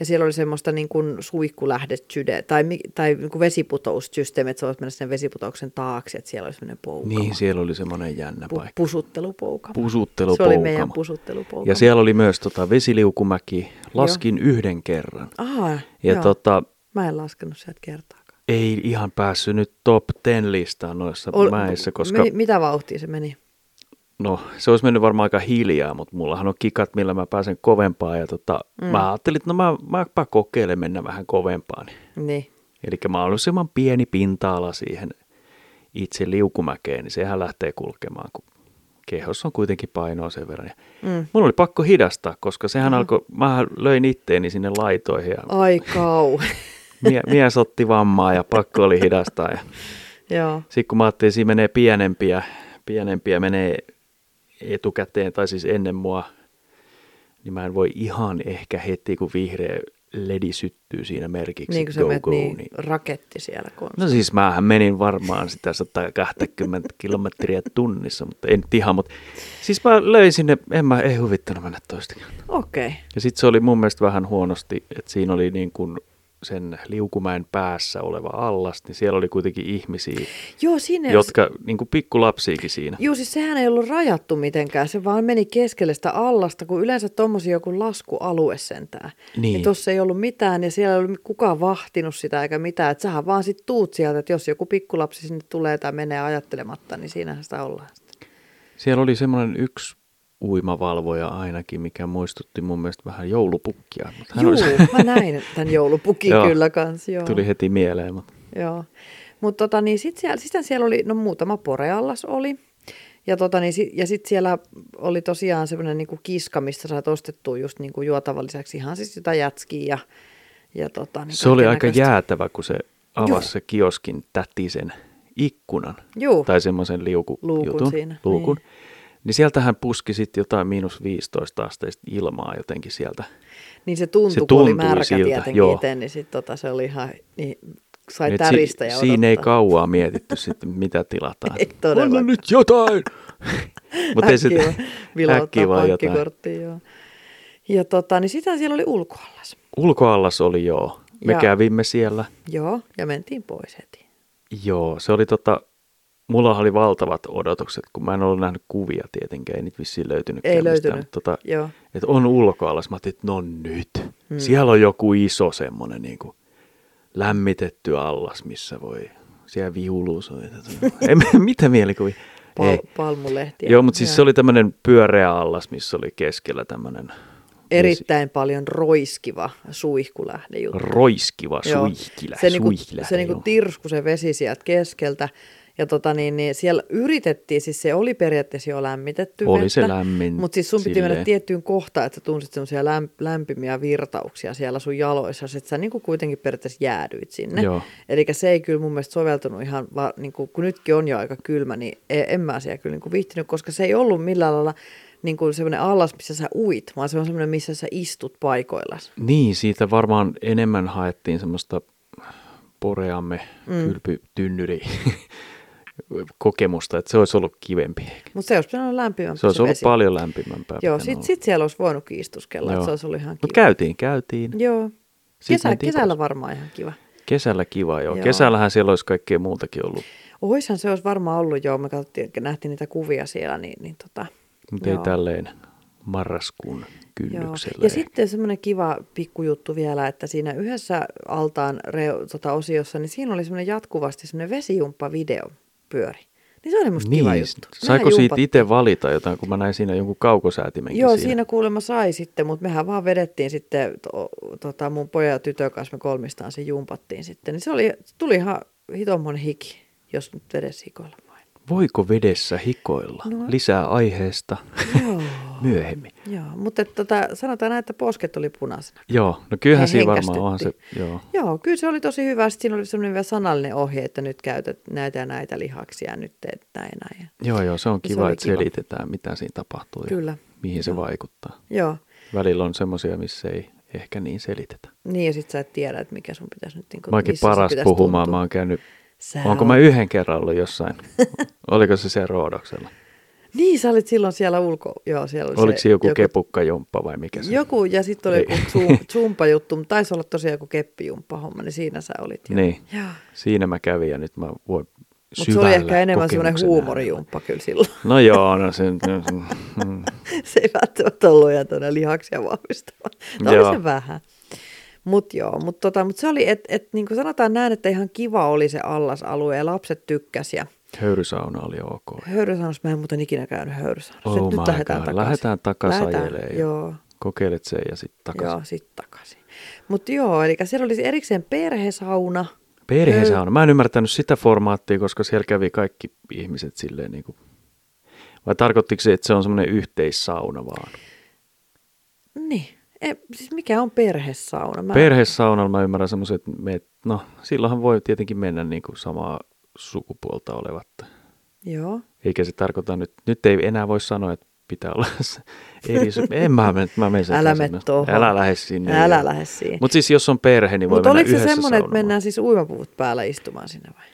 Speaker 2: ja siellä oli semmoista niin kuin suihkulähdesyde tai, mi- tai niin kuin vesiputoussysteemi, että sä voit mennä sen vesiputouksen taakse, että siellä oli semmoinen poukama.
Speaker 1: Niin, siellä oli semmoinen jännä
Speaker 2: Pu-
Speaker 1: paikka.
Speaker 2: pusuttelupoukama.
Speaker 1: Pusuttelupoukama.
Speaker 2: Se oli meidän pusuttelupoukama.
Speaker 1: Ja siellä oli myös tota vesiliukumäki. Laskin Joo. yhden kerran.
Speaker 2: Aha,
Speaker 1: Ja
Speaker 2: joo.
Speaker 1: tota,
Speaker 2: Mä en laskenut sieltä kertaakaan.
Speaker 1: ei ihan päässyt nyt top 10 listaan noissa Ol- mäissä, koska
Speaker 2: mi- mitä vauhtia se meni?
Speaker 1: no, se olisi mennyt varmaan aika hiljaa, mutta mullahan on kikat, millä mä pääsen kovempaan. Ja tota, mm. mä ajattelin, että no mä, mäpä kokeilen mennä vähän kovempaan.
Speaker 2: Niin.
Speaker 1: Eli mahdollisimman pieni pinta-ala siihen itse liukumäkeen, niin sehän lähtee kulkemaan, kun kehossa on kuitenkin painoa sen verran. Ja
Speaker 2: Mm.
Speaker 1: Mulla oli pakko hidastaa, koska sehän alkoi, mä löin itteeni sinne laitoihin ja
Speaker 2: Ai kau.
Speaker 1: mie- mies otti vammaa ja pakko oli hidastaa. Ja
Speaker 2: joo.
Speaker 1: sitten kun mä ajattelin, että siinä menee pienempiä, pienempiä menee etukäteen, tai siis ennen mua, niin mä en voi ihan ehkä heti, kun vihreä ledi syttyy siinä merkiksi
Speaker 2: Niin kuin sä
Speaker 1: go,
Speaker 2: menet
Speaker 1: go,
Speaker 2: niin, niin raketti siellä. Kun on
Speaker 1: No siis määhän menin varmaan sitä 120 kilometriä tunnissa, mutta en nyt ihan, mutta siis mä löin sinne, en mä, ei huvittanut mennä toista kertaa.
Speaker 2: Okei. Okay.
Speaker 1: Ja sitten se oli mun mielestä vähän huonosti, että siinä oli niin kuin sen liukumäen päässä oleva allas, niin siellä oli kuitenkin ihmisiä,
Speaker 2: Joo, siinä ei ole-
Speaker 1: jotka niin kuin pikkulapsiikin siinä.
Speaker 2: Joo, siis sehän ei ollut rajattu mitenkään, se vaan meni keskelle sitä allasta, kun yleensä tuommoisia joku laskualue sentään.
Speaker 1: Niin.
Speaker 2: Ja tuossa ei ollut mitään ja siellä ei ollut kukaan vahtinut sitä eikä mitään, että sähän vaan sit tuut sieltä, että jos joku pikkulapsi sinne tulee tai menee ajattelematta, niin siinähän sitä ollaan sitten.
Speaker 1: Siellä oli semmoinen yksi uimavalvoja ainakin, mikä muistutti mun mielestä vähän joulupukkia. Mutta hän
Speaker 2: Juu,
Speaker 1: olisi-
Speaker 2: mä näin tämän joulupukin
Speaker 1: Joo.
Speaker 2: kyllä kans, joo. Niin,
Speaker 1: tuli heti mieleen, mutta
Speaker 2: Joo. Mutta tota, niin sitten siellä, sitten siellä oli, no muutama poreallas oli. Ja, tota, niin, si- ja sitten siellä oli tosiaan semmoinen niin kiska, mistä sait ostettua just niin kuin juotavan lisäksi ihan siis sitä jätskiä ja, ja tota, niin
Speaker 1: Se oli aika
Speaker 2: kaikennäköistä.
Speaker 1: jäätävä, kun se avasi
Speaker 2: Joo.
Speaker 1: se kioskin tätisen ikkunan
Speaker 2: Juu, tai...
Speaker 1: tai semmoisen
Speaker 2: Luukun
Speaker 1: liukujutun,
Speaker 2: siinä,
Speaker 1: luukun. Niin. niin sieltähän puski sitten jotain miinus 15 asteista ilmaa jotenkin sieltä.
Speaker 2: niin se tuntui,
Speaker 1: se
Speaker 2: se kun oli
Speaker 1: tuntui
Speaker 2: märkä
Speaker 1: siltä,
Speaker 2: tietenkin
Speaker 1: joo.
Speaker 2: joo. itse, niin sitten tota, se oli ihan, niin sai
Speaker 1: Nyt
Speaker 2: Nyt täristä ja
Speaker 1: siinä ei
Speaker 2: odottaa.
Speaker 1: kauaa mietitty sitten, mitä tilataan.
Speaker 2: Ei todellakaan.
Speaker 1: Anna nyt jotain! Mut ei se-
Speaker 2: Äkkiä vaan vilauttaa
Speaker 1: äkkiä vaan jotain.
Speaker 2: pankkikorttiin, joo. Ja tota, niin sitä siellä oli ulkoallas.
Speaker 1: Ulkoallas oli joo. Me ja.
Speaker 2: Ja-
Speaker 1: kävimme siellä.
Speaker 2: Joo, ja mentiin pois heti.
Speaker 1: Joo, se oli tota, mulla oli valtavat odotukset, kun mä en ollut nähnyt kuvia tietenkään, ei niitä vissiin löytynyt.
Speaker 2: Ei löytynyt,
Speaker 1: Mutta tota,
Speaker 2: joo.
Speaker 1: että on ulkoalas. Mä ajattelin, että no nyt. Hmm. Siellä on joku iso semmoinen niin kuin lämmitetty allas, missä voi, siellä viulu soi. Ei, mä- mitä mielikuvia? Ei.
Speaker 2: Pal- palmulehtiä.
Speaker 1: siis Joo, mutta siis se oli tämmöinen pyöreä allas, missä oli keskellä tämmöinen
Speaker 2: erittäin paljon roiskiva suihkulähdejuttu.
Speaker 1: Roiskiva
Speaker 2: Joo.
Speaker 1: suihkilä.
Speaker 2: Se, niinku,
Speaker 1: suihkilähde,
Speaker 2: se niinku
Speaker 1: joo.
Speaker 2: tirsku se vesi sieltä keskeltä. Ja tota niin, niin siellä yritettiin, siis se oli periaatteessa jo lämmitetty
Speaker 1: Oli
Speaker 2: vettä,
Speaker 1: se lämmin
Speaker 2: Mutta siis sun piti mennä
Speaker 1: silleen.
Speaker 2: tiettyyn kohtaan, että sä tunsit semmoisia lämp- lämpimiä virtauksia siellä sun jaloissa, että sä niinku kuitenkin periaatteessa jäädyit sinne.
Speaker 1: Joo.
Speaker 2: Eli se ei kyllä mun mielestä soveltunut ihan, va- niinku, kun nytkin on jo aika kylmä, niin e- en mä siellä kyllä niinku viihtynyt, koska se ei ollut millään lailla niinku semmoinen allas, missä sä uit, vaan se on semmoinen, missä sä istut paikoillas.
Speaker 1: Niin, siitä varmaan enemmän haettiin semmoista poreamme mm. kylpytynnyri kokemusta, että se olisi ollut kivempi.
Speaker 2: Mutta se olisi pitänyt lämpimämpi
Speaker 1: Se olisi ollut
Speaker 2: vesi.
Speaker 1: paljon lämpimämpää.
Speaker 2: Joo, sit, sit siellä olisi voinut kiistuskella, että
Speaker 1: Joo.
Speaker 2: se olisi ollut ihan
Speaker 1: Mutta
Speaker 2: kiva.
Speaker 1: No, käytiin, käytiin.
Speaker 2: Joo,
Speaker 1: Sit
Speaker 2: Kesä,
Speaker 1: mentiin
Speaker 2: kesällä
Speaker 1: pois.
Speaker 2: varmaan ihan kiva.
Speaker 1: Kesällä kiva, joo.
Speaker 2: Joo.
Speaker 1: joo. Kesällähän siellä olisi kaikkea muutakin ollut,
Speaker 2: Oishan se olisi varmaan ollut, joo, me katsottiin, nähtiin niitä kuvia siellä, niin, niin tota,
Speaker 1: mutta ei
Speaker 2: Joo.
Speaker 1: tälleen marraskuun
Speaker 2: joo.
Speaker 1: kynnyksellä.
Speaker 2: Ja sitten semmoinen kiva pikkujuttu vielä, että siinä yhdessä altaan reo, tota, osiossa, niin siinä oli semmoinen jatkuvasti semmoinen vesijumppavideo pyöri. Niin se oli musta kiva juttu.
Speaker 1: Saiko
Speaker 2: Mehän
Speaker 1: siitä
Speaker 2: jumpattiin.
Speaker 1: itse valita jotain, kun mä näin siinä jonkun kaukosäätimenkin
Speaker 2: Joo,
Speaker 1: siinä.
Speaker 2: siinä kuulemma sai sitten, mutta mehän vaan vedettiin sitten, to, tota, mun pojan ja tytön kanssa me kolmistaan se jumpattiin sitten. Niin se oli, tuli ihan hitomon hiki, jos nyt edes hikoilla vain.
Speaker 1: Voiko vedessä hikoilla?
Speaker 2: No.
Speaker 1: No. Lisää aiheesta
Speaker 2: Joo.
Speaker 1: myöhemmin.
Speaker 2: Joo, mutta et tota, sanotaan näin, että posket oli punaisena.
Speaker 1: Joo, no kyllähän
Speaker 2: Me
Speaker 1: siinä varmaan onhan se,
Speaker 2: henkästyttiin.
Speaker 1: joo.
Speaker 2: Joo, kyllä se oli tosi hyvä. Sitten siinä oli semmoinen vielä sanallinen ohje, että nyt käytät näitä ja näitä lihaksia, nyt teet näin ja näin.
Speaker 1: Joo, joo, se on
Speaker 2: Se
Speaker 1: kiva,
Speaker 2: oli
Speaker 1: että
Speaker 2: kiva.
Speaker 1: selitetään, mitä siinä tapahtuu
Speaker 2: Kyllä.
Speaker 1: ja mihin se vaikuttaa.
Speaker 2: Joo,
Speaker 1: Välillä on semmoisia, missä ei ehkä niin selitetä.
Speaker 2: niin ja sit sä et tiedä, että mikä sun pitäisi nyt, niin kuin,
Speaker 1: Mäkin paras puhumaan, mä oon käynyt,
Speaker 2: Sä
Speaker 1: onko
Speaker 2: oot.
Speaker 1: mä yhden kerran ollut jossain, oliko se siellä Roodoksella?
Speaker 2: Niin, sä olit silloin siellä ulko, joo, siellä oli
Speaker 1: Oliko se joku,
Speaker 2: joku
Speaker 1: kepukkajumppa vai mikä se?
Speaker 2: Joku, ja sitten oli
Speaker 1: Ei.
Speaker 2: joku zoom- zumpa-juttu, mutta taisi olla tosiaan joku keppijumppa-homma, niin siinä sä olit jo.
Speaker 1: Niin,
Speaker 2: Joo.
Speaker 1: siinä mä kävin ja nyt mä voin
Speaker 2: Mutta se oli ehkä
Speaker 1: syvällä
Speaker 2: enemmän semmoinen
Speaker 1: kokemuksen
Speaker 2: huumorijumppa kyllä silloin.
Speaker 1: äärellä. No joo, no se... mm, mm.
Speaker 2: se ei välttämättä ollut ihan tuonne lihaksia vahvistava. No
Speaker 1: Joo.
Speaker 2: oli se vähän. Mut joo, mutta tota, mut se oli, että et, niin kuin sanotaan näin, että ihan kiva oli se allasalue ja lapset tykkäs. Ja
Speaker 1: Höyrysauna oli ok.
Speaker 2: höyrysaunassa mä en muuten ikinä käynyt höyrysaunassa.
Speaker 1: Oh
Speaker 2: nyt
Speaker 1: my
Speaker 2: lähdetään
Speaker 1: God.
Speaker 2: takaisin.
Speaker 1: Lähdetään takaisin
Speaker 2: Lähdetään,
Speaker 1: ajeleen ja
Speaker 2: Joo,
Speaker 1: Kokeilet sen ja sitten takaisin.
Speaker 2: joo sitten takaisin. Mutta joo, eli siellä oli erikseen perhesauna.
Speaker 1: Perhesauna. Mä en ymmärtänyt sitä formaattia, koska siellä kävi kaikki ihmiset silleen niin kuin... Vai tarkoittiko se, että se on semmoinen yhteissauna vaan?
Speaker 2: Niin, e, siis mikä on perhesauna? Mä,
Speaker 1: Perhesaunalla mä ymmärrän semmoiset, että meet... no silloinhan voi tietenkin mennä niin kuin samaa sukupuolta olevat.
Speaker 2: Joo.
Speaker 1: Eikä se tarkoita nyt, nyt ei enää voi sanoa, että pitää olla se. Ei, se- en mä mene, mä menen
Speaker 2: Älä mene tuohon.
Speaker 1: Älä lähde sinne.
Speaker 2: Älä lähde siihen.
Speaker 1: Mutta siis jos on perhe, niin voi
Speaker 2: Mutta
Speaker 1: Mut mennä
Speaker 2: oliko se
Speaker 1: yhdessä
Speaker 2: semmoinen, että
Speaker 1: saunomaan.
Speaker 2: mennään siis uimapuvut päällä istumaan sinne vai?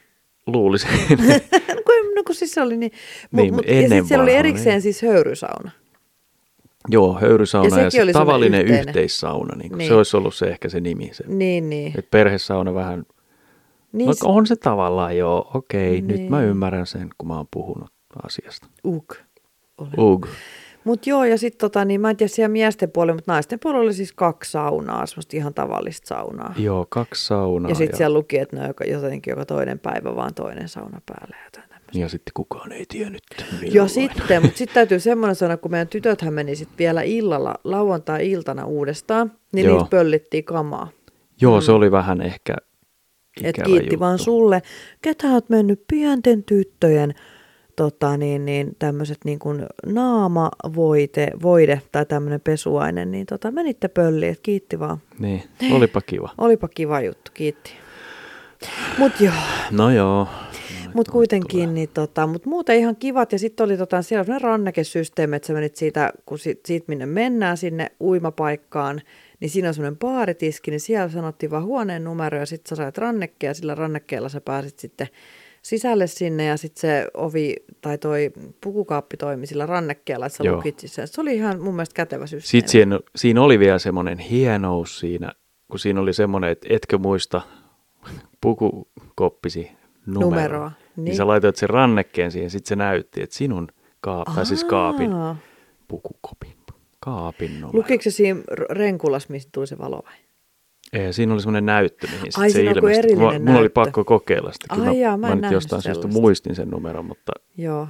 Speaker 1: Luulisin.
Speaker 2: no, kun, no kun siis se oli niin, mu,
Speaker 1: Niin,
Speaker 2: mut, ja
Speaker 1: ennen
Speaker 2: sitten siellä oli
Speaker 1: vanhaan,
Speaker 2: erikseen
Speaker 1: niin.
Speaker 2: siis höyrysauna.
Speaker 1: Joo, höyrysauna ja,
Speaker 2: sekin
Speaker 1: ja sit
Speaker 2: oli semmoinen
Speaker 1: tavallinen
Speaker 2: yhteinen.
Speaker 1: yhteissauna. Niin niin.
Speaker 2: Niin.
Speaker 1: Se olisi ollut se ehkä se nimi. Se.
Speaker 2: Niin, niin.
Speaker 1: Et perhesauna vähän,
Speaker 2: niin
Speaker 1: no,
Speaker 2: s-
Speaker 1: on se tavallaan joo, okei, niin.
Speaker 2: Niin.
Speaker 1: nyt mä ymmärrän sen, kun mä oon puhunut asiasta.
Speaker 2: uk. Olen.
Speaker 1: Ug.
Speaker 2: Mutta joo, ja sitten tota, niin mä en tiedä siellä miesten puolella, mutta naisten puolella oli siis kaksi saunaa, semmoista ihan tavallista saunaa.
Speaker 1: Joo, kaksi saunaa
Speaker 2: ja sitten siellä luki, että ne on joka, jotenkin joka toinen päivä vaan toinen sauna päällä ja jotain tämmöistä.
Speaker 1: ja sitten kukaan ei tiennyt milloin.
Speaker 2: Ja sitten, mutta sitten täytyy semmoinen sanoa, kun meidän tytöthän meni sitten vielä illalla, lauantai-iltana uudestaan, niin Joo.
Speaker 1: Joo.
Speaker 2: niitä pöllittiin kamaa.
Speaker 1: Joo, se oli vähän ehkä ikävä
Speaker 2: Että Mm. kiitti
Speaker 1: juttu.
Speaker 2: vaan sulle. Ketä oot mennyt pienten tyttöjen tota, niin, niin, tämmöiset niin kuin naamavoite voide, tai tämmöinen pesuainen, niin tota, menitte pölliin, että kiitti vaan.
Speaker 1: Niin, olipa kiva.
Speaker 2: Olipa kiva juttu, kiitti. Mut joo,
Speaker 1: No joo.
Speaker 2: mutta kuitenkin, niin tota, mut muuten ihan kivat. Ja sitten oli tota, siellä sellainen rannakesysteemi, että sä menit siitä, kun sit, siitä minne mennään sinne uimapaikkaan, niin siinä on semmoinen baaritiski, niin siellä sanottiin vaan huoneen numero ja sitten sä sait rannekkeen ja sillä rannekkeella sä pääsit sitten sisälle sinne ja sitten se ovi tai toi pukukaappi toimi sillä rannekkeella, että sä
Speaker 1: Joo.
Speaker 2: lukit sen. Se oli ihan mun mielestä kätevä systeemi.
Speaker 1: Sitten siinä, siinä oli vielä semmoinen hienous siinä, kun siinä oli semmoinen, että etkö muista pukukoppisi numeroa.
Speaker 2: Numeroa,
Speaker 1: numeroa.
Speaker 2: niin.
Speaker 1: Niin. niin sä laitoit sen rannekkeen siihen, sitten se näytti, että sinun kaap, tai siis kaapin,
Speaker 2: Aa.
Speaker 1: pukukopin, kaapin numero.
Speaker 2: Lukiko se siinä r- renkulas, missä tuli se valo vai?
Speaker 1: Ei, siinä oli semmoinen näyttö, mihin sit
Speaker 2: Ai,
Speaker 1: se
Speaker 2: siinä on joku
Speaker 1: ilmestyi. Mulla,
Speaker 2: erillinen
Speaker 1: mulla oli
Speaker 2: näyttö.
Speaker 1: pakko kokeilla sitä. Kyllä
Speaker 2: Ai
Speaker 1: mä,
Speaker 2: jaa, mä en
Speaker 1: nyt
Speaker 2: nähnyt
Speaker 1: jostain syystä
Speaker 2: sellaista.
Speaker 1: muistin sen numeron, mutta
Speaker 2: Joo.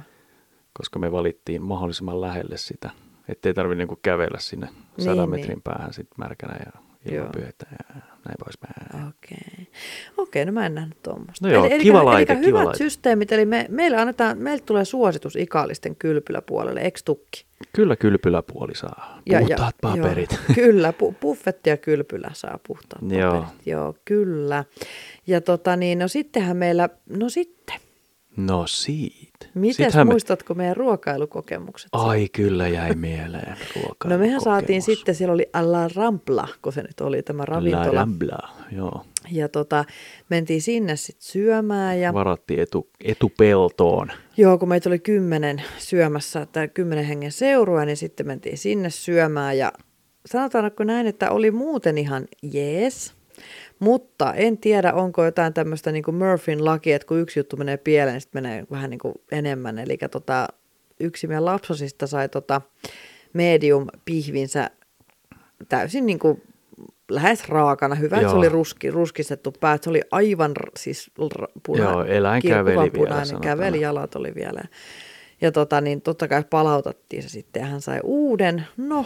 Speaker 1: koska me valittiin mahdollisimman lähelle sitä Ettei tarvitse niinku kävellä sinne sadan
Speaker 2: Niin,
Speaker 1: niin,
Speaker 2: niin.
Speaker 1: metrin niin. päähän sit märkänä ja
Speaker 2: Joo.
Speaker 1: ilman pyötä ja näin poispäin.
Speaker 2: Okei. Okei, no mä en nähnyt tuommoista.
Speaker 1: No joo, kiva laite,
Speaker 2: eli
Speaker 1: kiva
Speaker 2: hyvät
Speaker 1: laite.
Speaker 2: systeemit, eli me, meille, annetaan, meille tulee suositus ikallisten kylpyläpuolelle, eikö tukki?
Speaker 1: Kyllä kylpyläpuoli saa. Puhtaat paperit.
Speaker 2: Joo, kyllä, pu, buffetti ja kylpylä saa puhtaat paperit. Joo.
Speaker 1: Joo.
Speaker 2: joo, kyllä. Ja tota niin, no sittenhän meillä, no sitten,
Speaker 1: No siitä.
Speaker 2: miten
Speaker 1: Sittenhän me-
Speaker 2: muistatko meidän ruokailukokemukset?
Speaker 1: Ai kyllä jäi mieleen ruokaa.
Speaker 2: No mehän saatiin sitten, siellä oli La Rampla, kun se nyt oli tämä
Speaker 1: La
Speaker 2: ravintola.
Speaker 1: Rambla, joo.
Speaker 2: Ja tota, mentiin sinne sitten syömään ja
Speaker 1: Varattiin etu, etupeltoon.
Speaker 2: Joo, kun meitä oli kymmenen syömässä, tai kymmenen hengen seurua, niin sitten mentiin sinne syömään ja sanotaanko näin, että oli muuten ihan jees, mutta en tiedä, onko jotain tämmöistä niin Murphyn laki, että kun yksi juttu menee pieleen, niin sitten menee vähän niin kuin enemmän. Eli tota, yksi meidän lapsosista sai tota medium pihvinsä täysin niin kuin lähes raakana. Hyvä, että se
Speaker 1: Joo.
Speaker 2: oli ruski, ruskistettu pää, että se oli aivan r- siis r- puna,
Speaker 1: Joo, eläin käveli
Speaker 2: kirkkuvan
Speaker 1: vielä,
Speaker 2: punainen,
Speaker 1: sanotaan.
Speaker 2: käveli, jalat oli vielä. Ja tota, niin totta kai palautettiin se sitten ja hän sai uuden, no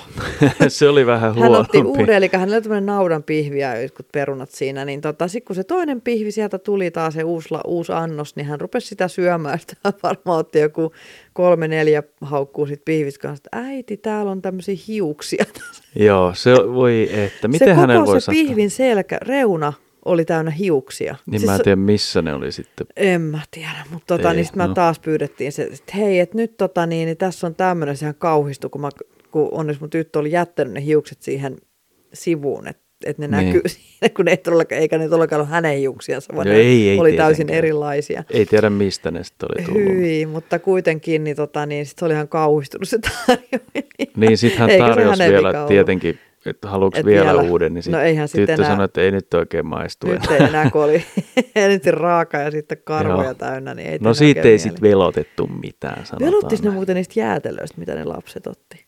Speaker 1: se oli vähän
Speaker 2: hän otti
Speaker 1: huonompi.
Speaker 2: uuden, eli hänellä oli tämmöinen naudan pihvi ja jotkut perunat siinä, niin tota, sitten kun se toinen pihvi sieltä tuli taas se uusi, la- uusi annos, niin hän rupesi sitä syömään, sitä varmaan otti joku kolme neljä haukkuu sit pihvis kanssa, että äiti täällä on tämmöisiä hiuksia.
Speaker 1: Joo, se voi, että miten
Speaker 2: se
Speaker 1: hänellä
Speaker 2: koko
Speaker 1: voi
Speaker 2: se
Speaker 1: sattua?
Speaker 2: pihvin selkä, reuna oli täynnä hiuksia.
Speaker 1: Niin siis... mä en tiedä, missä ne oli sitten.
Speaker 2: En mä tiedä, mutta tota,
Speaker 1: Ei,
Speaker 2: niin sit mä
Speaker 1: no.
Speaker 2: taas pyydettiin se, että hei, että nyt tota, niin, niin tässä on tämmöinen, sehän kauhistui, kun, mä, kun onneksi mun tyttö oli jättänyt ne hiukset siihen sivuun, että et ne
Speaker 1: Niin.
Speaker 2: näkyy siinä, kun ne ei todellakaan, eikä ne todellakaan ollut hänen hiuksiansa, vaan
Speaker 1: No
Speaker 2: ne
Speaker 1: ei, ei
Speaker 2: oli täysin
Speaker 1: tietenkään.
Speaker 2: erilaisia.
Speaker 1: Ei tiedä, mistä ne sitten oli tullut.
Speaker 2: Hyi, mutta kuitenkin, niin, tota, niin sit se oli ihan kauhistunut se tarjoili.
Speaker 1: Niin sitten hän
Speaker 2: Eikä se
Speaker 1: tarjosi
Speaker 2: hänen
Speaker 1: vielä
Speaker 2: vika ollut.
Speaker 1: tietenkin, että haluatko
Speaker 2: Et
Speaker 1: vielä,
Speaker 2: vielä.
Speaker 1: uuden, niin sit
Speaker 2: No eihän sit
Speaker 1: tyttö
Speaker 2: enää-
Speaker 1: sanoi, että ei nyt oikein maistu
Speaker 2: Nyt
Speaker 1: enää.
Speaker 2: ei enää, kun oli ensin raaka ja sitten karvoja
Speaker 1: Joo.
Speaker 2: täynnä, niin ei
Speaker 1: No
Speaker 2: tehnyt
Speaker 1: siitä
Speaker 2: oikein
Speaker 1: ei
Speaker 2: mieli.
Speaker 1: sitten velotettu mitään, sanotaan.
Speaker 2: Pelottis ne
Speaker 1: näin.
Speaker 2: muuten niistä jäätelöistä, mitä ne lapset otti?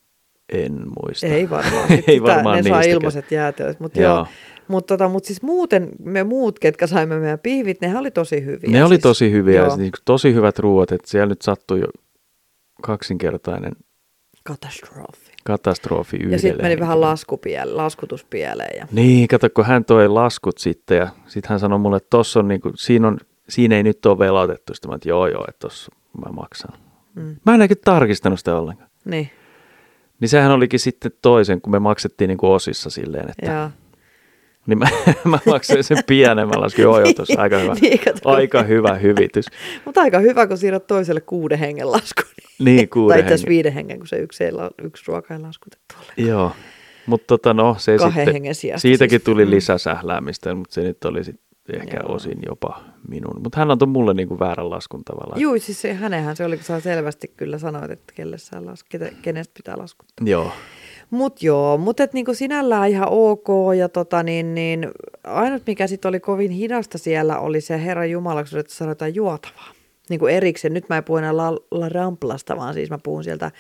Speaker 1: En muista.
Speaker 2: Ei varmaan. Sit
Speaker 1: ei
Speaker 2: sitä
Speaker 1: varmaan
Speaker 2: ne saa
Speaker 1: niistäkään.
Speaker 2: ilmaiset jäätelöt. Mutta
Speaker 1: Joo.
Speaker 2: joo. Mut tota, mut siis muuten me muut, ketkä saimme meidän pihvit, nehän oli tosi hyviä.
Speaker 1: Ne
Speaker 2: siis.
Speaker 1: oli tosi hyviä,
Speaker 2: Joo.
Speaker 1: siis niinku tosi hyvät ruoat, että siellä nyt sattui jo kaksinkertainen
Speaker 2: Katastrofi.
Speaker 1: katastrofi siis- yhdelle.
Speaker 2: Ja sitten meni vähän
Speaker 1: henkilölle.
Speaker 2: laskupiele, laskutuspieleen. Ja...
Speaker 1: Niin, kato, kun hän toi laskut sitten ja sitten hän sanoi mulle, että tossa on niinku, siinä, on, siinä ei nyt ole velotettu. Sitten mä, että joo joo, että tossa mä maksan.
Speaker 2: Mm.
Speaker 1: Mm. Mä en oikein tarkistanut sitä ollenkaan.
Speaker 2: Niin,
Speaker 1: Niin sehän olikin sitten toisen, kun me maksettiin niinku osissa silleen, että
Speaker 2: ja...
Speaker 1: niin mä, mä maksoin sen pienen, mä laskin, joo joo, tossa aika hyvä,
Speaker 2: Niin, kato, kun-
Speaker 1: aika hyvä hyvitys.
Speaker 2: Mutta aika hyvä, kun siirrät toiselle kuuden hengen laskun.
Speaker 1: Niin, kuuden
Speaker 2: tai itse asiassa
Speaker 1: hengen.
Speaker 2: viiden hengen, kun se yksi, ei, la- yksi ruoka ei laskutettu ollenkaan.
Speaker 1: Joo, mutta tota, no se
Speaker 2: Kahden
Speaker 1: sitten,
Speaker 2: hengen sijasta
Speaker 1: siitäkin
Speaker 2: siis.
Speaker 1: tuli
Speaker 2: Mm.
Speaker 1: lisäsähläämistä, mutta se nyt oli sit ehkä
Speaker 2: Joo.
Speaker 1: Joo. osin jopa minun. Mutta hän antoi mulle niinku väärän laskun tavallaan.
Speaker 2: Juu, siis se, hänenhän se oli, kun sä selvästi kyllä sanoit, että kelle sä las, ketä, kenestä pitää laskuttaa.
Speaker 1: Joo.
Speaker 2: Mut joo, mutta et niinku sinällään ihan ok ja tota niin, niin ainut mikä sitten oli kovin hidasta siellä oli se Herra Jumala, kun että sanotaan juotavaa. Niinku erikseen, nyt mä en puhu enää La, La Ramplasta, vaan siis mä puhun sieltä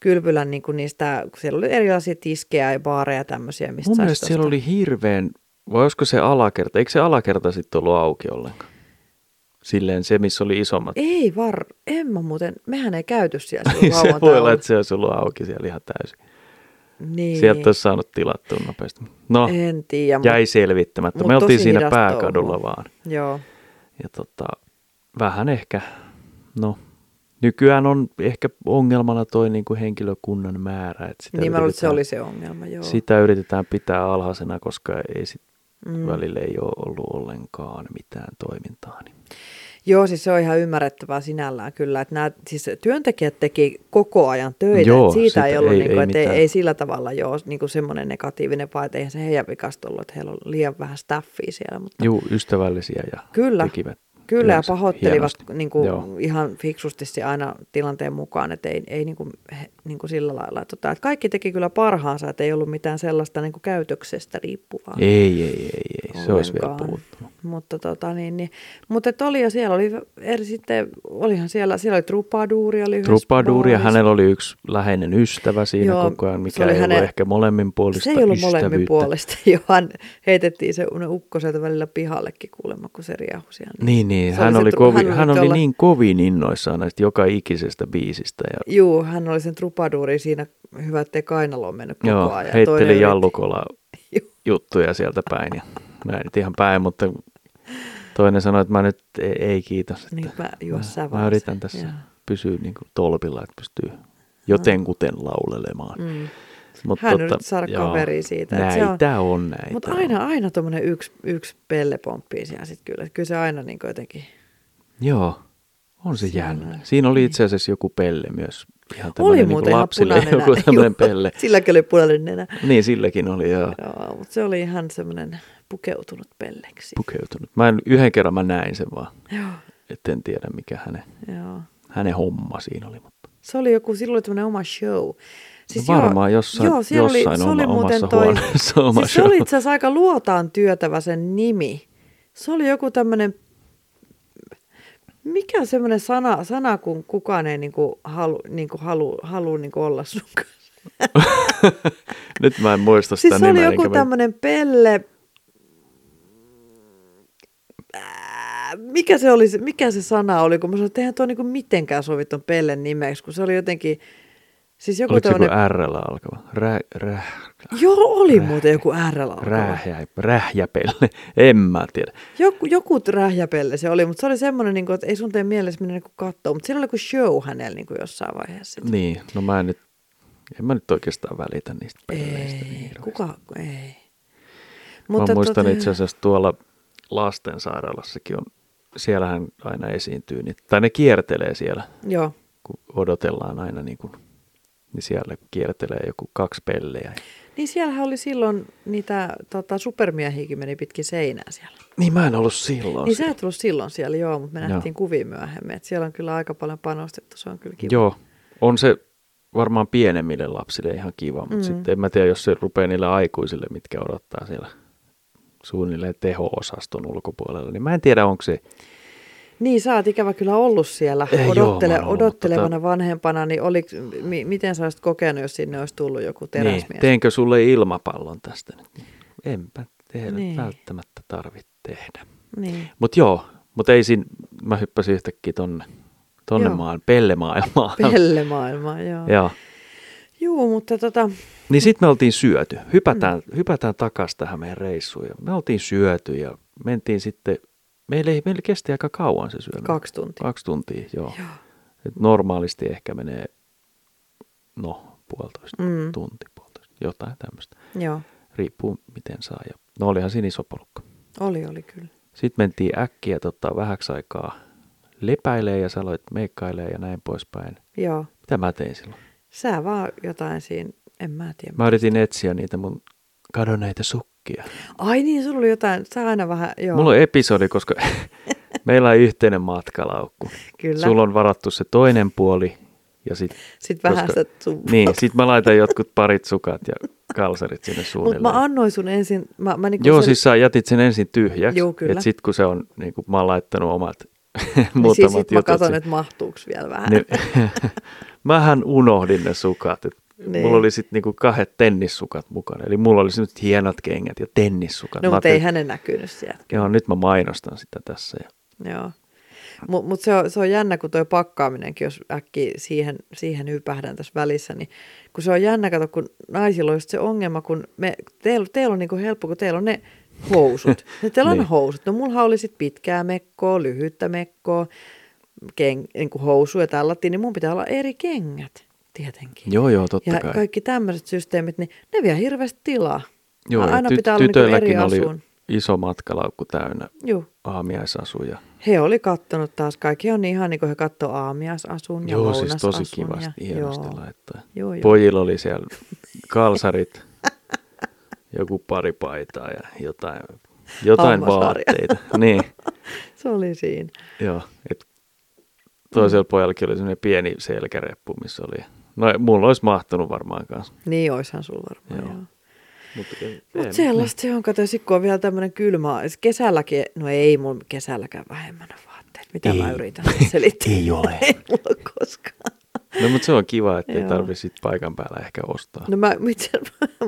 Speaker 2: kylpylän niinku niistä, kun siellä oli erilaisia tiskejä ja baareja ja tämmöisiä, mistä
Speaker 1: Mun
Speaker 2: sais
Speaker 1: mielestä siellä
Speaker 2: tosta-
Speaker 1: oli hirveän, vai olisiko se alakerta, eikö se alakerta sitten ollut auki ollenkaan? Silleen se, missä oli isommat.
Speaker 2: Ei var, en mä muuten, mehän ei käyty siellä
Speaker 1: Niin
Speaker 2: silloin
Speaker 1: se voi olla,
Speaker 2: lauantaina.
Speaker 1: että se olisi ollut auki siellä ihan täysin.
Speaker 2: Niin,
Speaker 1: Sieltä olisi saanut tilattua nopeasti. No,
Speaker 2: en tiedä. mut-
Speaker 1: jäi selvittämättä.
Speaker 2: mut
Speaker 1: Me oltiin
Speaker 2: tosi
Speaker 1: siinä
Speaker 2: hidasta
Speaker 1: pääkadulla
Speaker 2: hommaa.
Speaker 1: vaan.
Speaker 2: Joo.
Speaker 1: Ja tota, vähän ehkä, no nykyään on ehkä ongelmana toi niin kuin henkilökunnan määrä. Että sitä
Speaker 2: Niin mä luulen, että se
Speaker 1: yritetään-
Speaker 2: oli se ongelma, joo.
Speaker 1: Sitä yritetään pitää alhaisena, koska ei sit
Speaker 2: Mm.
Speaker 1: mm. välillä ei ole ollut ollenkaan mitään toimintaa. Niin.
Speaker 2: Joo, siis se on ihan ymmärrettävää sinällään kyllä, että nämä siis työntekijät teki koko ajan töitä,
Speaker 1: Joo,
Speaker 2: että siitä
Speaker 1: sitä
Speaker 2: ei ollut,
Speaker 1: ei-
Speaker 2: niin kuin,
Speaker 1: ei
Speaker 2: että ei,
Speaker 1: mitään.
Speaker 2: ei sillä tavalla jo niin kuin semmoinen negatiivinen, vaan että eihän se heidän vikasta ollut, että heillä on liian vähän staffia siellä, mutta
Speaker 1: Juu, ystävällisiä ja
Speaker 2: Kyllä.
Speaker 1: tekivät.
Speaker 2: kyllä ja
Speaker 1: työnsä
Speaker 2: pahoittelivat
Speaker 1: hienosti.
Speaker 2: niin kuin,
Speaker 1: Joo.
Speaker 2: ihan fiksusti se aina tilanteen mukaan, että ei, ei niin kuin, he, niin kuin sillä lailla, tota, että kaikki teki kyllä parhaansa, että ei ollut mitään sellaista niin kuin niinku käytöksestä riippuvaa.
Speaker 1: Ei, ei, ei, ei. Se olisi vielä
Speaker 2: Ollenkaan.
Speaker 1: puuttunut.
Speaker 2: Mutta, tota, niin, niin, mutta et oli ja siellä oli, eri sitten, olihan siellä, siellä oli trupaduuri. Oli yhdessä
Speaker 1: Trupaduuri ja
Speaker 2: baarissa.
Speaker 1: hänellä oli yksi läheinen ystävä siinä
Speaker 2: Joo,
Speaker 1: Joo, koko ajan,
Speaker 2: se
Speaker 1: mikä
Speaker 2: oli
Speaker 1: ei hänen...
Speaker 2: hänen-
Speaker 1: ollut ehkä molemminpuolista
Speaker 2: Se ei ollut
Speaker 1: ystävyyttä.
Speaker 2: molemmin puolesta. Johan heitettiin se ne ukko sieltä välillä pihallekin kuulemma, kun se riehui siellä.
Speaker 1: Niin, niin.
Speaker 2: Se oli
Speaker 1: Hän,
Speaker 2: se
Speaker 1: oli,
Speaker 2: tru-
Speaker 1: kovi,
Speaker 2: hän
Speaker 1: hän,
Speaker 2: oli
Speaker 1: hän oli
Speaker 2: tuolla-
Speaker 1: niin kovin innoissaan näistä joka ikisestä biisistä. Ja,
Speaker 2: Juu, hän oli sen trupaduuri siinä hyvä, ettei kainalo on mennyt koko
Speaker 1: joo,
Speaker 2: ajan. Toinen
Speaker 1: heitteli
Speaker 2: yritti-
Speaker 1: jallukola
Speaker 2: Juu.
Speaker 1: juttuja sieltä päin. Ja, näin nyt ihan päin, mutta toinen sanoi, että mä nyt ei, ei kiitos. Että
Speaker 2: Niin, mä juo sä
Speaker 1: mä,
Speaker 2: vaan
Speaker 1: mä yritän
Speaker 2: sen,
Speaker 1: tässä
Speaker 2: joo.
Speaker 1: pysyä niin kuin tolpilla, että pystyy jotenkuten laulelemaan.
Speaker 2: Mm.
Speaker 1: Mut
Speaker 2: Hän yritti saada kaveria siitä, että se on-
Speaker 1: Näitä on, on näitä.
Speaker 2: Mutta
Speaker 1: on.
Speaker 2: aina, aina tuommoinen yksi, yksi pelle pomppii siellä sitten kyllä. Kyllä se aina niin jotenkin.
Speaker 1: Joo, on se
Speaker 2: Siellä.
Speaker 1: jännä. Siinä oli itse asiassa joku pelle myös. Ihan
Speaker 2: Niin. Oli
Speaker 1: tämmönen
Speaker 2: muuten
Speaker 1: niin
Speaker 2: ihan
Speaker 1: lapsille
Speaker 2: punainen
Speaker 1: joku
Speaker 2: nä-
Speaker 1: tämmöinen
Speaker 2: Joo,
Speaker 1: pelle.
Speaker 2: Silläkin oli punainen nenä.
Speaker 1: Niin, silläkin oli joo,
Speaker 2: Joo, mutta se oli ihan semmoinen pukeutunut pelleksi.
Speaker 1: pukeutunut. Mä en, yhden kerran mä näin sen vaan,
Speaker 2: joo,
Speaker 1: et en tiedä mikä hänen,
Speaker 2: joo.
Speaker 1: hänen homma siinä oli. Mutta
Speaker 2: Se oli joku, silloin oli tämmöinen oma show. Siis
Speaker 1: No varmaan jossain-
Speaker 2: siellä
Speaker 1: jossain
Speaker 2: se oli
Speaker 1: oma-
Speaker 2: muuten
Speaker 1: omassa huoneessa oma
Speaker 2: siis se oli
Speaker 1: show.
Speaker 2: itse asiassa aika luotaan työtävä sen nimi. Se oli joku tämmöinen, mikä on semmoinen sana, sana, kun kukaan ei niinku halu, niinku halu, halu niinku olla sun kanssa.
Speaker 1: nyt mä en muista sitä
Speaker 2: Siis se oli
Speaker 1: nimeä.
Speaker 2: joku
Speaker 1: enkä mä-
Speaker 2: tämmöinen pelle, Ää, Äh, mikä se, oli, se- mikä se sana oli, kun mä sanoin, että eihän tuo niinku mitenkään sovi ton pellen nimeksi, kun se oli jotenkin, siis joku
Speaker 1: Oliko se joku
Speaker 2: tämmöinen
Speaker 1: R-llä alkava? Rä, rä,
Speaker 2: Joo, oli muuten joku RL alkava.
Speaker 1: rähjä, rähjäpelle. En mä tiedä.
Speaker 2: Joku, joku rähjäpelle se oli, mutta se oli semmoinen, niin että ei sun tee mielessä mennä niin katsoa, mutta siinä oli joku show hänellä niin jossain vaiheessa.
Speaker 1: Niin, no mä en nyt, en mä nyt oikeastaan välitä niistä pelleistä. niin
Speaker 2: ei,
Speaker 1: hirveästi.
Speaker 2: kuka, ei.
Speaker 1: Mutta mä muistan
Speaker 2: tota-
Speaker 1: itse asiassa tuolla lastensairaalassakin on, siellähän aina esiintyy, niin, tai ne kiertelee siellä,
Speaker 2: Joo,
Speaker 1: kun odotellaan aina niin kuin, niin siellä kiertelee joku kaksi pelleä.
Speaker 2: niin siellähän oli silloin niitä tota, supermiehiäkin meni pitkin seinää siellä.
Speaker 1: Niin mä en ollut silloin.
Speaker 2: niin
Speaker 1: siellä.
Speaker 2: sä et ollut silloin siellä, joo, mutta me
Speaker 1: Joo.
Speaker 2: nähtiin kuvia myöhemmin. Et siellä on kyllä aika paljon panostettu, se on kyllä kiva.
Speaker 1: Joo, on se varmaan pienemmille lapsille ihan kiva, mutta mm. sitten en mä tiedä, jos se rupeaa niille aikuisille, mitkä odottaa siellä suunnilleen teho-osaston ulkopuolella, niin mä en tiedä, onko se,
Speaker 2: Niin, sä oot ikävä kyllä ollut siellä
Speaker 1: Ei, Eh, joo,
Speaker 2: odottele,
Speaker 1: mä oon ollut,
Speaker 2: odottelevana
Speaker 1: tota-
Speaker 2: vanhempana, niin oli, mi, miten sä olisit kokenut, jos sinne olisi tullut joku
Speaker 1: niin,
Speaker 2: teräsmies?
Speaker 1: teenkö sulle ilmapallon tästä nyt? Enpä tehdä,
Speaker 2: Niin.
Speaker 1: niin. välttämättä tarvitse tehdä.
Speaker 2: niin.
Speaker 1: Mutta joo, mutta ei siinä, mä hyppäsin yhtäkkiä tonne, tonne
Speaker 2: Joo.
Speaker 1: maan, pellemaailmaan.
Speaker 2: Pellemaailma, joo.
Speaker 1: Joo.
Speaker 2: Joo, mutta tota,
Speaker 1: Niin sitten me oltiin syöty. Hypätään, mm. hypätään takaisin tähän meidän reissuun. Ja me oltiin syöty ja mentiin sitten, meillä, ei, meillä kesti aika kauan se syöminen.
Speaker 2: kaksi tuntia.
Speaker 1: Kaksi tuntia, joo.
Speaker 2: Joo.
Speaker 1: Et normaalisti ehkä menee, no, puolitoista
Speaker 2: Mm.
Speaker 1: mm. tunti, puolitoista, jotain tämmöistä.
Speaker 2: Joo,
Speaker 1: Riippuu miten saa. Ja, no olihan siinä iso porukka.
Speaker 2: oli, oli kyllä.
Speaker 1: Sitten mentiin äkkiä tota, vähäksi aikaa lepäilee ja sä aloit meikkailee ja näin poispäin.
Speaker 2: Joo,
Speaker 1: Mitä mä tein silloin?
Speaker 2: sä vaan jotain siinä, en mä tiedä.
Speaker 1: Mä yritin etsiä niitä mun kadonneita sukkia.
Speaker 2: Ai niin, sulla oli jotain, sä aina vähän, joo,
Speaker 1: Mulla on e- episodi, koska meillä on yhteinen matkalaukku.
Speaker 2: kyllä.
Speaker 1: Sulla on varattu se toinen puoli ja sit,
Speaker 2: Sitten vähän
Speaker 1: koska-
Speaker 2: sitä sun...
Speaker 1: niin, sit mä laitan jotkut parit sukat ja kalsarit sinne
Speaker 2: Mutta
Speaker 1: suunnilleen.
Speaker 2: mä annoin sun ensin, mä, mä niinku
Speaker 1: Joo,
Speaker 2: sel-
Speaker 1: siis sä jätit sen ensin tyhjäksi.
Speaker 2: Joo, kyllä.
Speaker 1: Et sit kun se on, niin kun mä oon laittanut omat
Speaker 2: niin
Speaker 1: muutamat
Speaker 2: siis sit mä
Speaker 1: jutut Niin,
Speaker 2: katson,
Speaker 1: sinne.
Speaker 2: että mahtuuko vielä vähän. No,
Speaker 1: Ne, mähän unohdin ne sukat. Et
Speaker 2: Niin.
Speaker 1: Mulla oli sitten niinku kahdet tennissukat mukana. Eli mulla oli nyt hienot kengät ja tennissukat.
Speaker 2: no,
Speaker 1: Mä
Speaker 2: mutta ei
Speaker 1: ajattelin,
Speaker 2: hänen näkynyt sieltä.
Speaker 1: Joo, nyt mä mainostan sitä tässä. Ja...
Speaker 2: Joo. Mutta mut se, on, se on jännä, kun tuo pakkaaminenkin, jos äkkiä siihen, siihen ypähdän tässä välissä, niin kun se on jännä, kato, kun naisilla on just se ongelma, kun me, teillä, teillä on niinku helppo, kun teillä on ne housut. Ne teillä on
Speaker 1: Niin.
Speaker 2: niin. housut. No mullahan oli sit pitkää mekkoa, lyhyttä mekkoa, ken, niinku housuja tällattiin, niin mun pitää olla eri kengät, tietenkin.
Speaker 1: Joo, joo, totta
Speaker 2: ja
Speaker 1: kai.
Speaker 2: kaikki tämmöiset systeemit, niin ne vie hirveästi tilaa.
Speaker 1: Joo, ja
Speaker 2: Aina
Speaker 1: tyt-
Speaker 2: pitää olla niinku
Speaker 1: tytöilläkin
Speaker 2: eri
Speaker 1: oli
Speaker 2: asuun.
Speaker 1: iso matkalaukku täynnä
Speaker 2: Joo.
Speaker 1: aamiaisasuja.
Speaker 2: He oli kattonut taas, kaikki on ihan niin kuin he kattoo aamiaisasun ja
Speaker 1: Joo, siis tosi
Speaker 2: lounasasun
Speaker 1: kivasti,
Speaker 2: ja,
Speaker 1: hienosti
Speaker 2: joo.
Speaker 1: laittaa.
Speaker 2: Joo, joo.
Speaker 1: Pojilla oli siellä kalsarit, joku pari paitaa ja jotain, jotain
Speaker 2: Hammasharja.
Speaker 1: vaatteita. niin,
Speaker 2: Se oli siinä.
Speaker 1: joo. Et toisella pojallakin oli semmoinen pieni selkäreppu, missä oli. No mulla olisi mahtunut varmaan kanssa.
Speaker 2: Niin oishan sulla varmaan.
Speaker 1: Joo.
Speaker 2: Joo.
Speaker 1: Mutta
Speaker 2: Mutta sellaista se on, kato, sit kun on vielä tämmöinen kylmä, kesälläkin, no ei mun kesälläkään vähemmän on vaatteet, mitä ei. mä
Speaker 1: Ei.
Speaker 2: yritän tässä selittää.
Speaker 1: Ei ole.
Speaker 2: ei mulla ole koskaan.
Speaker 1: No, mutta se on kiva, että ei
Speaker 2: Joo.
Speaker 1: tarvitse sit paikan päällä ehkä ostaa. No,
Speaker 2: No mä, itse,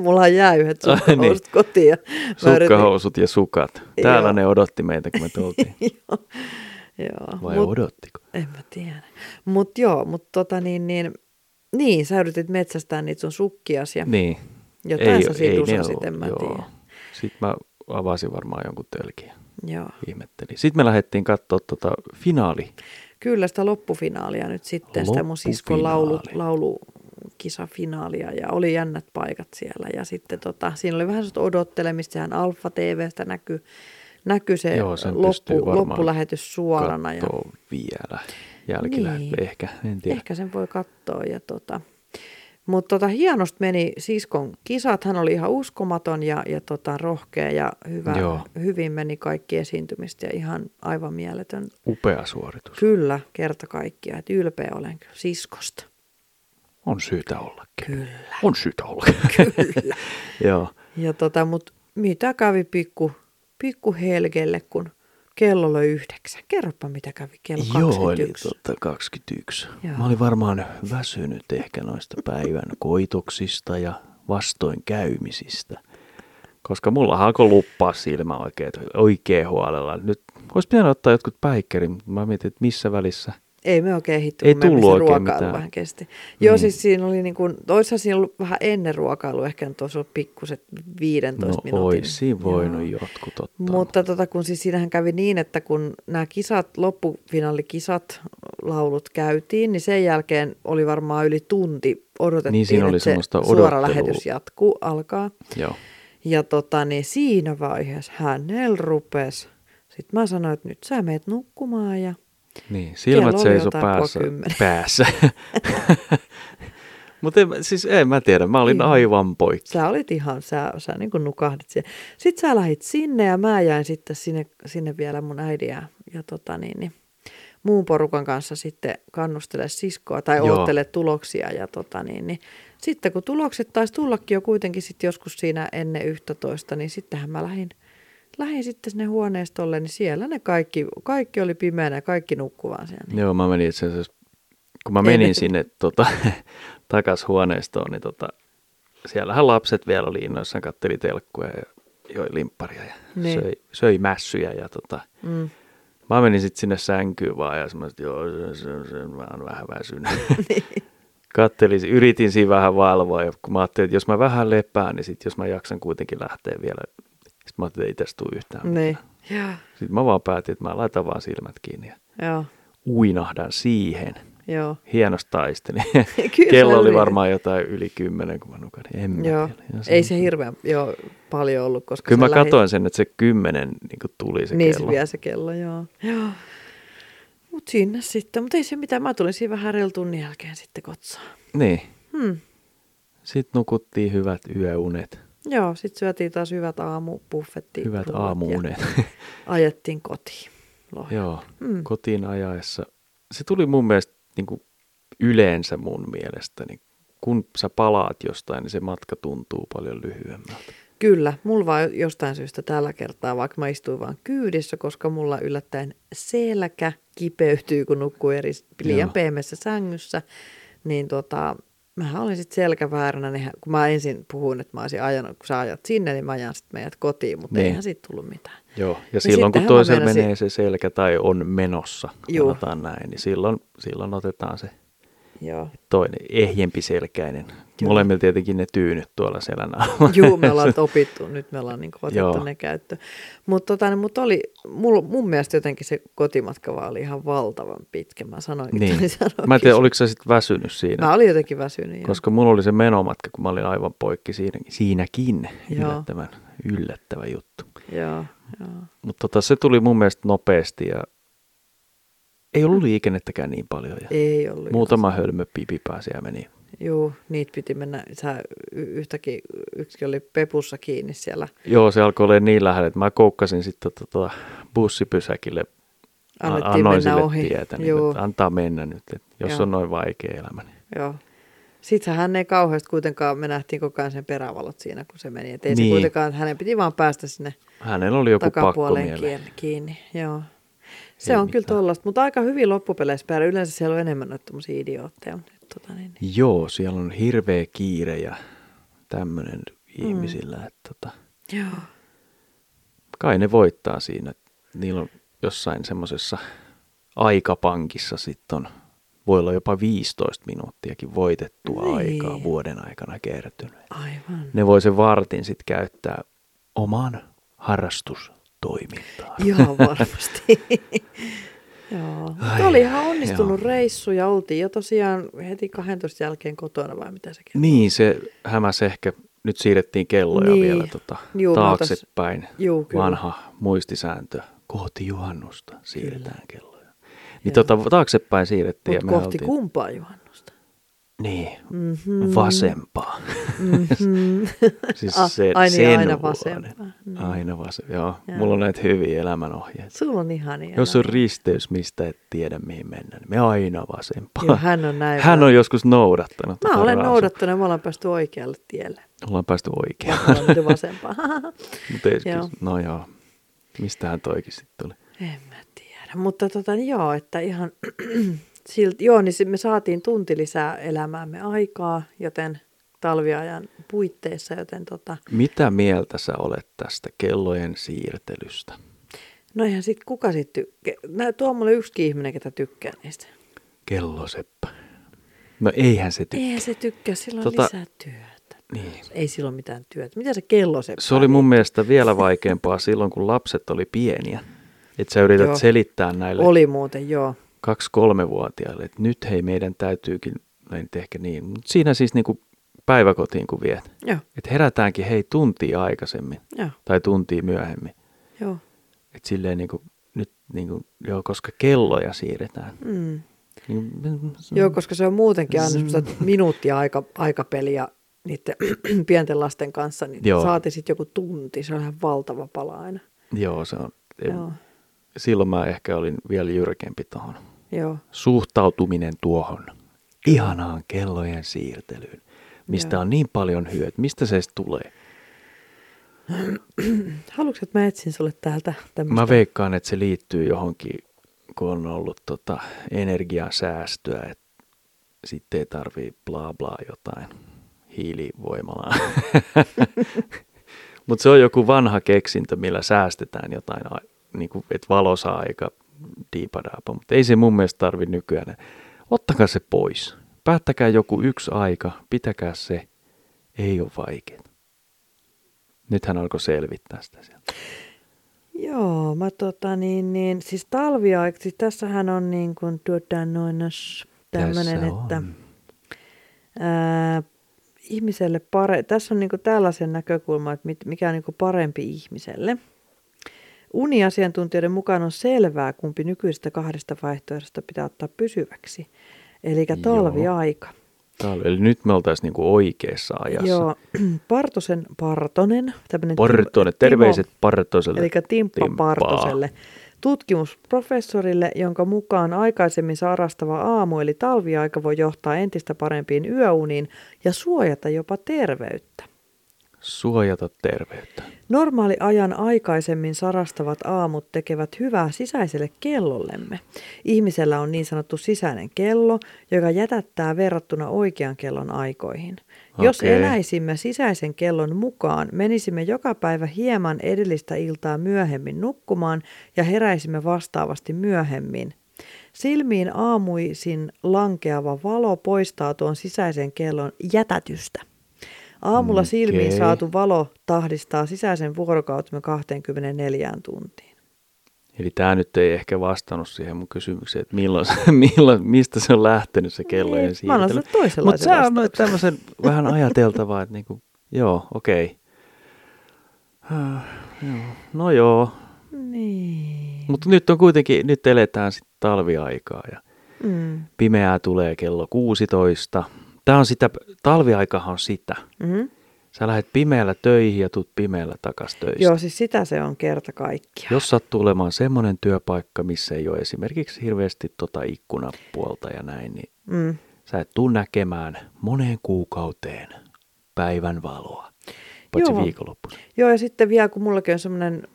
Speaker 2: mulla jää yhdet
Speaker 1: Ai
Speaker 2: sukkahousut
Speaker 1: niin.
Speaker 2: kotiin. ja mä yritin-
Speaker 1: Sukkahousut ja sukat. Täällä
Speaker 2: Joo.
Speaker 1: ne odotti meitä, kun me tultiin.
Speaker 2: Joo. Joo.
Speaker 1: Vai
Speaker 2: mut-
Speaker 1: odottiko?
Speaker 2: En mä tiedä. Mutta joo, mutta tota niin, niin, niin, sä yritit metsästää niitä sun sukkias ja
Speaker 1: Niin.
Speaker 2: jotain sä siitä usasit, en mä tiedä.
Speaker 1: Sitten mä avasin varmaan jonkun tölkin ja
Speaker 2: Joo.
Speaker 1: ihmettelin. Sitten me lähdettiin katsoa tota finaali.
Speaker 2: Kyllä sitä loppufinaalia nyt sitten, sitä mun siskon laulu,
Speaker 1: Loppufinaali.
Speaker 2: laulukisafinaalia ja oli jännät paikat siellä. Ja sitten tota, siinä oli vähän sellaista odottelemista, sehän Alfa TVstä näkyy näky se
Speaker 1: Joo, sen pystyy
Speaker 2: loppu,
Speaker 1: varmaan
Speaker 2: loppulähetys suorana. Ja
Speaker 1: Kattoo vielä. Jälkilähetys
Speaker 2: Niin.
Speaker 1: niin. ehkä, en tiedä.
Speaker 2: ehkä sen voi katsoa. Ja tota. Mutta tota, hienosti meni siskon kisat, hän oli ihan uskomaton ja, ja tota, rohkea ja hyvä,
Speaker 1: Joo.
Speaker 2: hyvin meni kaikki esiintymistä ja ihan aivan mieletön.
Speaker 1: Upea suoritus.
Speaker 2: Kyllä, kerta kaikkiaan, että ylpeä olen kyllä siskosta.
Speaker 1: On syytä ollakin.
Speaker 2: Kyllä.
Speaker 1: On syytä olla.
Speaker 2: Kyllä.
Speaker 1: Joo.
Speaker 2: Ja tota, mut mitä kävi pikku, pikku helgelle, kun kello oli yhdeksän? Kerropa, mitä kävi kello
Speaker 1: Joo, eli tuota,
Speaker 2: 21.
Speaker 1: totta 21.
Speaker 2: Joo.
Speaker 1: Joo. Mä olin varmaan väsynyt ehkä noista päivän koitoksista ja vastoinkäymisistä. Koska mulla alkoi luppaa silmä oikein, oikein huolella. Nyt olisi pitänyt ottaa jotkut päikkerin, mutta mä mietin, että missä välissä.
Speaker 2: Ei me oikein hittu,
Speaker 1: Ei
Speaker 2: kun meillä
Speaker 1: tullut
Speaker 2: se
Speaker 1: oikein
Speaker 2: ruokailu
Speaker 1: mitään.
Speaker 2: vähän kesti. Joo, siis siinä oli niin kuin, oishan siinä ollut vähän ennen ruokailu, ehkä nyt olisi ollut pikkuset 15
Speaker 1: no
Speaker 2: minuutin.
Speaker 1: oisi voinut Joo. jotkut ottaa.
Speaker 2: Mutta tota, kun siis siinähän kävi niin, että kun nämä kisat, loppufinaalikisat, laulut käytiin, niin sen jälkeen oli varmaan yli tunti odotettiin,
Speaker 1: Niin, siinä oli
Speaker 2: että se
Speaker 1: semmoista
Speaker 2: suora
Speaker 1: odottelua.
Speaker 2: lähetys jatkuu, alkaa.
Speaker 1: Joo.
Speaker 2: Ja tota, niin siinä vaiheessa hänellä rupesi. Sitten mä sanoin, että nyt sä meet nukkumaan ja
Speaker 1: Niin, silmät
Speaker 2: oli
Speaker 1: seiso
Speaker 2: jotain puoli
Speaker 1: päässä.
Speaker 2: kymmenen.
Speaker 1: päässä. Mutta siis en mä tiedä, mä olin
Speaker 2: Joo.
Speaker 1: aivan poikki.
Speaker 2: sä olit ihan, sä, sä niin kuin nukahdit siellä. Sitten sä lähit sinne ja mä jäin sitten sinne, sinne vielä mun äidin ja, ja tota niin, niin, muun porukan kanssa sitten kannustele siskoa tai
Speaker 1: Joo.
Speaker 2: oottele tuloksia. Ja tota niin, niin. Sitten kun tulokset taisi tullakin jo kuitenkin sitten joskus siinä ennen 11, niin sittenhän mä lähdin, lähdin sitten sinne huoneistolle, niin siellä ne kaikki, kaikki oli pimeänä ja kaikki nukkuvaan siellä.
Speaker 1: Joo, mä menin itse asiassa, kun mä
Speaker 2: Ei
Speaker 1: menin
Speaker 2: vettä.
Speaker 1: sinne tota, takas huoneistoon, niin tota, siellähän lapset vielä oli innoissaan, katteli telkkuja ja joi limpparia ja
Speaker 2: Niin.
Speaker 1: söi, söi mässyjä. Ja tota,
Speaker 2: Mm.
Speaker 1: mä menin sitten sinne sänkyyn vaan ja semmoiset, joo, se, se, se, mä oon vähän väsynyt.
Speaker 2: Niin.
Speaker 1: Kattelin, yritin siinä vähän valvoa ja kun mä ajattelin, että jos mä vähän lepään, niin sitten jos mä jaksan kuitenkin lähteä vielä, sitten mä ajattelin, että ei tästä tule yhtään.
Speaker 2: Niin. Joo,
Speaker 1: Sitten mä vaan päätin, että mä laitan vaan silmät kiinni ja
Speaker 2: joo,
Speaker 1: uinahdan siihen
Speaker 2: joo.
Speaker 1: hienosti taisteli.
Speaker 2: Kyllä
Speaker 1: Kello oli
Speaker 2: yritit.
Speaker 1: varmaan jotain yli kymmenen, kun mä nukahdin. En mä
Speaker 2: Joo.
Speaker 1: tiedä. Ja
Speaker 2: Ei se hirveän joo, paljon ollut, koska
Speaker 1: Kyllä
Speaker 2: sä
Speaker 1: mä
Speaker 2: lähit-
Speaker 1: katoin sen, että se kymmenen niin kuin tuli se
Speaker 2: niin,
Speaker 1: kello.
Speaker 2: se vielä se kello, joo. joo. Mutta sinne sitten, mutta ei se mitään, mä tulin siinä vähän reilun tunnin jälkeen sitten kotsaan.
Speaker 1: Niin.
Speaker 2: Hmm.
Speaker 1: Sitten nukuttiin hyvät yöunet,
Speaker 2: Joo, sitten syötiin taas hyvät aamupuffettiin.
Speaker 1: hyvät aamuunet.
Speaker 2: Ajettiin kotiin. Lohi.
Speaker 1: Joo,
Speaker 2: Mm.
Speaker 1: kotiin ajaessa. Se tuli mun mielestä niin kuin yleensä mun mielestä, niin kun sä palaat jostain, niin se matka tuntuu paljon lyhyemmältä.
Speaker 2: Kyllä, mulla vaan jostain syystä tällä kertaa, vaikka mä istuin vaan kyydissä, koska mulla yllättäen selkä kipeytyy, kun nukkuu eri liian
Speaker 1: Joo.
Speaker 2: pehmeässä sängyssä, niin tota, mähän olin sitten selkävääränä, niin hän- kun mä ensin puhuin, että mä olisin ajanut, kun sä ajat sinne, niin mä ajan sitten meidät kotiin, mutta
Speaker 1: Niin.
Speaker 2: eihän siitä tullut mitään.
Speaker 1: Joo, ja
Speaker 2: Niin
Speaker 1: silloin kun
Speaker 2: sittenhän mä
Speaker 1: toisella
Speaker 2: meinasin-
Speaker 1: menee se selkä tai on menossa,
Speaker 2: Juu.
Speaker 1: sanotaan näin, niin silloin, silloin otetaan se
Speaker 2: Joo.
Speaker 1: toinen ehjempi selkäinen.
Speaker 2: Joo.
Speaker 1: Kyllä. Molemmilla tietenkin ne tyynyt tuolla selän alla.
Speaker 2: Juu, me ollaan opittu, nyt me ollaan niin otettu Joo.
Speaker 1: Joo.
Speaker 2: ne käyttöön. Mutta tota, niin mut oli, mul, mun mielestä jotenkin se kotimatka vaan oli ihan valtavan pitkä, mä sanoinkin.
Speaker 1: niin.
Speaker 2: tuli sanoa
Speaker 1: Mä en tiedä,
Speaker 2: kysy-
Speaker 1: oliko sä sitten väsynyt siinä,
Speaker 2: Mä olin jotenkin väsynyt. joo.
Speaker 1: koska mulla oli se menomatka, kun mä olin aivan poikki siinäkin, siinäkin
Speaker 2: Joo.
Speaker 1: yllättävän, yllättävä juttu.
Speaker 2: Joo, joo.
Speaker 1: Mutta tota, se tuli mun mielestä nopeasti ja ei ollut liikennettäkään niin paljon. Ja
Speaker 2: Ei ollut.
Speaker 1: muutama hölmö pipi pääsi ja meni.
Speaker 2: Joo, niitä piti mennä. Sä y- yhtäkin, yksi oli pepussa kiinni siellä
Speaker 1: Joo, se alkoi olla niin lähellä, että mä koukkasin sitten tota bussipysäkille. a-
Speaker 2: Annettiin
Speaker 1: annoin
Speaker 2: mennä
Speaker 1: sille
Speaker 2: ohi.
Speaker 1: tietä, niin
Speaker 2: Joo.
Speaker 1: että antaa mennä nyt, että jos
Speaker 2: Joo.
Speaker 1: on noin vaikea elämä. Niin.
Speaker 2: Joo. Sittenhän ei kauheasti kuitenkaan, me nähtiin koko ajan sen perävalot siinä, kun se meni. Et ei se
Speaker 1: Niin.
Speaker 2: kuitenkaan, hänen piti vaan päästä sinne
Speaker 1: Hänellä oli joku pakko
Speaker 2: takapuoleen
Speaker 1: mieleen.
Speaker 2: kiinni. kiinni. Joo. Se
Speaker 1: Ei
Speaker 2: on kyllä
Speaker 1: mitään.
Speaker 2: tollasta, mutta aika hyvin loppupeleissä päällä. Yleensä siellä on enemmän noita tommosia idiootteja. mutta nyt Tota niin, niin.
Speaker 1: Joo, siellä on hirveä kiire ja tämmöinen ihmisillä,
Speaker 2: Mm.
Speaker 1: että tota,
Speaker 2: niin. Joo.
Speaker 1: kai ne voittaa siinä. Niillä on jossain semmoisessa aikapankissa sitten on, voi olla jopa 15 minuuttiakin voitettua
Speaker 2: Niin.
Speaker 1: niin. aikaa vuoden aikana kertynyt.
Speaker 2: Aivan.
Speaker 1: Ne voi sen vartin sitten käyttää oman harrastustoimintaan.
Speaker 2: Ihan varmasti. Joo. Ai,
Speaker 1: Ai,
Speaker 2: oli ihan onnistunut
Speaker 1: joo.
Speaker 2: reissu ja oltiin jo tosiaan heti 12 jälkeen kotona vai mitä se kertoo?
Speaker 1: Niin, se hämäs ehkä, nyt siirrettiin kelloja
Speaker 2: Niin.
Speaker 1: niin. vielä tota,
Speaker 2: Juu, mä otas-
Speaker 1: taaksepäin.
Speaker 2: Juu, kyllä.
Speaker 1: Vanha muistisääntö, kohti juhannusta siirretään kelloja. Niin
Speaker 2: Joo.
Speaker 1: tota, taaksepäin siirrettiin. ja
Speaker 2: Mutta
Speaker 1: me
Speaker 2: kohti oltiin... kumpaa juhannusta?
Speaker 1: Niin,
Speaker 2: Mm-hmm.
Speaker 1: mm. vasempaa.
Speaker 2: Mm-hmm.
Speaker 1: siis
Speaker 2: Ah,
Speaker 1: se,
Speaker 2: ai niin,
Speaker 1: sen
Speaker 2: aina
Speaker 1: vuoden.
Speaker 2: vasempaa. Mm.
Speaker 1: Aina vasempaa, joo.
Speaker 2: Joo.
Speaker 1: Mulla on näitä hyviä elämänohjeita.
Speaker 2: Sulla on ihania.
Speaker 1: Jos No on
Speaker 2: elämä.
Speaker 1: risteys, mistä et tiedä mihin mennään, niin me aina vasempaan.
Speaker 2: Joo, hän on näin.
Speaker 1: Hän on joskus noudattanut.
Speaker 2: Mä
Speaker 1: tätä
Speaker 2: olen
Speaker 1: raasu-
Speaker 2: noudattanut ja me ollaan päästy oikealle tielle.
Speaker 1: Ollaan päästy oikeaan.
Speaker 2: Vaikka ollaan menty vasempaan.
Speaker 1: Mutta ei,
Speaker 2: Joo.
Speaker 1: joo. no joo. Mistähän toikin sitten tuli?
Speaker 2: en mä tiedä. Mutta tota, niin joo, että ihan silti, joo, niin sit me saatiin tunti lisää elämäämme aikaa, joten talviajan puitteissa, joten tota,
Speaker 1: Mitä mieltä sä olet tästä kellojen siirtelystä?
Speaker 2: no eihän sit kuka sit tykkää. Nää, tuo on mulle yksi ihminen, ketä tykkää niistä.
Speaker 1: Kelloseppä. No eihän se tykkää.
Speaker 2: Eihän se tykkää, sillä on tota...
Speaker 1: Tota-
Speaker 2: lisää työtä.
Speaker 1: Niin.
Speaker 2: Ei silloin mitään työtä. Mitä se kello se?
Speaker 1: Se oli mun mielestä vielä vaikeampaa silloin, kun lapset oli pieniä. Että sä yrität
Speaker 2: Joo.
Speaker 1: joo. selittää näille oli.
Speaker 2: Oli muuten, joo.
Speaker 1: kaksi-kolmevuotiaille, että nyt hei meidän täytyykin, no ei nyt ehkä niin, mutta siinä siis niinku päiväkotiin kun viet.
Speaker 2: Joo,
Speaker 1: Että herätäänkin hei tuntia aikaisemmin
Speaker 2: joo,
Speaker 1: tai tuntia myöhemmin.
Speaker 2: joo.
Speaker 1: Että silleen niinku, nyt niinku, joo, koska kelloja siirretään.
Speaker 2: Mm.
Speaker 1: Niin,
Speaker 2: Joo, koska se on Mm. muutenkin aina semmoista minuuttia aika, aikapeliä niiden pienten lasten kanssa, niin Joo.
Speaker 1: Joo.
Speaker 2: saati sitten joku tunti, se on ihan valtava pala aina.
Speaker 1: Joo, se on.
Speaker 2: En. Joo,
Speaker 1: Silloin mä ehkä olin vielä jyrkempi tuohon.
Speaker 2: joo,
Speaker 1: Suhtautuminen tuohon ihanaan kellojen siirtelyyn, mistä
Speaker 2: Joo.
Speaker 1: on niin paljon hyöt, mistä se edes tulee.
Speaker 2: Haluatko, että mä etsin sulle täältä tämmöistä?
Speaker 1: Mä veikkaan, että se liittyy johonkin, kun on ollut tota energian säästöä, että sitten ei tarvii bla bla jotain hiilivoimalaa. Mutta se on joku vanha keksintö, millä säästetään jotain, niin kuin, että valo saa aika diipadaapa, mutta ei se mun mielestä tarvi nykyään. Ottakaa se pois. Päättäkää joku yksi aika, pitäkää se. Ei ole vaikeaa. Nythän alkoi selvittää sitä sieltä.
Speaker 2: Joo, mä tota niin, niin siis talviaik, siis tässähän on niin kuin tuota noin nas- tämmönen,
Speaker 1: Tässä on.
Speaker 2: että ää, ihmiselle pare, tässä on niin kuin tällaisen näkökulma, että mit, mikä on niin kuin parempi ihmiselle. Uniasiantuntijoiden mukaan on selvää, kumpi nykyistä kahdesta vaihtoehdosta pitää ottaa pysyväksi. Eli
Speaker 1: Joo.
Speaker 2: talviaika.
Speaker 1: Tää oli, eli nyt me oltaisiin niinku oikeassa ajassa. Joo.
Speaker 2: Joo, Partosen Partonen, tämmöinen
Speaker 1: Partone, terveiset Partoselle.
Speaker 2: Eli Timppa
Speaker 1: Timppaa.
Speaker 2: Partoselle, tutkimusprofessorille, jonka mukaan aikaisemmin sairastava aamu eli talviaika voi johtaa entistä parempiin yöuniin ja suojata jopa terveyttä.
Speaker 1: Suojata terveyttä.
Speaker 2: Normaali ajan aikaisemmin sarastavat aamut tekevät hyvää sisäiselle kellollemme. Ihmisellä on niin sanottu sisäinen kello, joka jätättää verrattuna oikean kellon aikoihin. Jos
Speaker 1: Okei.
Speaker 2: eläisimme sisäisen kellon mukaan, menisimme joka päivä hieman edellistä iltaa myöhemmin nukkumaan ja heräisimme vastaavasti myöhemmin. Silmiin aamuisin lankeava valo poistaa tuon sisäisen kellon jätätystä. Aamulla silmiin
Speaker 1: Okei.
Speaker 2: saatu valo tahdistaa sisäisen vuorokautemme 24 tuntiin.
Speaker 1: Eli tämä nyt ei ehkä vastannut siihen mun kysymykseen, että milloin, se- milloin, mistä se on lähtenyt se kellojen
Speaker 2: Niin, mä
Speaker 1: siirtely.
Speaker 2: annan sulle toisenlaisen
Speaker 1: Mutta sä annoit
Speaker 2: vastauksen.
Speaker 1: tämmöisen vähän ajateltavaa, että niinku, joo, okei. Ah, joo. No joo,
Speaker 2: Niin.
Speaker 1: mutta nyt on kuitenkin, nyt eletään sitten talviaikaa ja
Speaker 2: Mm.
Speaker 1: pimeää tulee kello 16. Tämä on sitä, talviaikahan on sitä.
Speaker 2: Mm-hmm.
Speaker 1: Sä lähdet pimeällä töihin ja tuut pimeällä takas töistä.
Speaker 2: Joo, siis sitä se on kerta kaikkiaan.
Speaker 1: Jos sattuu olemaan semmoinen työpaikka, missä ei ole esimerkiksi hirveästi tota ikkunapuolta ja näin, niin
Speaker 2: Mm.
Speaker 1: sä et tuu näkemään moneen kuukauteen päivän valoa, paitsi
Speaker 2: Joo.
Speaker 1: viikonloppuna.
Speaker 2: Joo, ja sitten vielä kun mullakin on semmoinen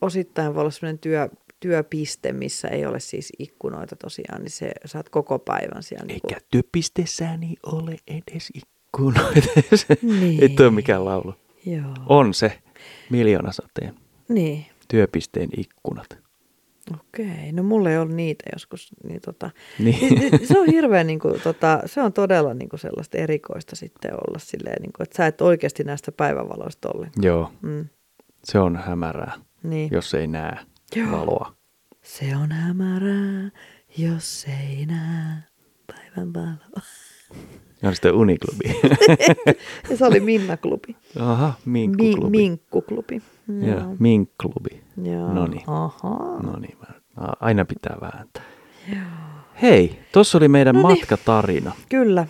Speaker 2: osittain voi olla semmoinen työ, työpiste, missä ei ole siis ikkunoita tosiaan, niin se saat koko päivän siellä. niin kuin-
Speaker 1: Eikä työpistessäni ole edes ikkunoita. Niin. Ei
Speaker 2: Niin.
Speaker 1: toi ole mikään laulu.
Speaker 2: Joo.
Speaker 1: On se. Miljoona sateen.
Speaker 2: Niin.
Speaker 1: Työpisteen ikkunat.
Speaker 2: Okei, no mulla ei ole niitä joskus. Niin tota,
Speaker 1: Niin.
Speaker 2: niin, se on hirveän, niin kuin, tota, se on todella niin kuin sellaista erikoista sitten olla silleen, niin kuin, että sä et oikeasti näistä päivänvaloista ollenkaan.
Speaker 1: Joo,
Speaker 2: Mm,
Speaker 1: se on hämärää,
Speaker 2: niin.
Speaker 1: jos ei näe
Speaker 2: Joo.
Speaker 1: valoa.
Speaker 2: Se on hämärää, jos ei näe päivän valoa.
Speaker 1: Ja on sitten uniklubi.
Speaker 2: Ja se oli Minna-klubi.
Speaker 1: Aha,
Speaker 2: Mi-
Speaker 1: minkkuklubi.
Speaker 2: Minkkuklubi. Mm,
Speaker 1: Joo, minkklubi.
Speaker 2: Joo.
Speaker 1: Noniin.
Speaker 2: Ahaa.
Speaker 1: No niin, mä- aina pitää vääntää. Hei, tuossa oli meidän
Speaker 2: Noniin.
Speaker 1: matkatarina.
Speaker 2: Kyllä.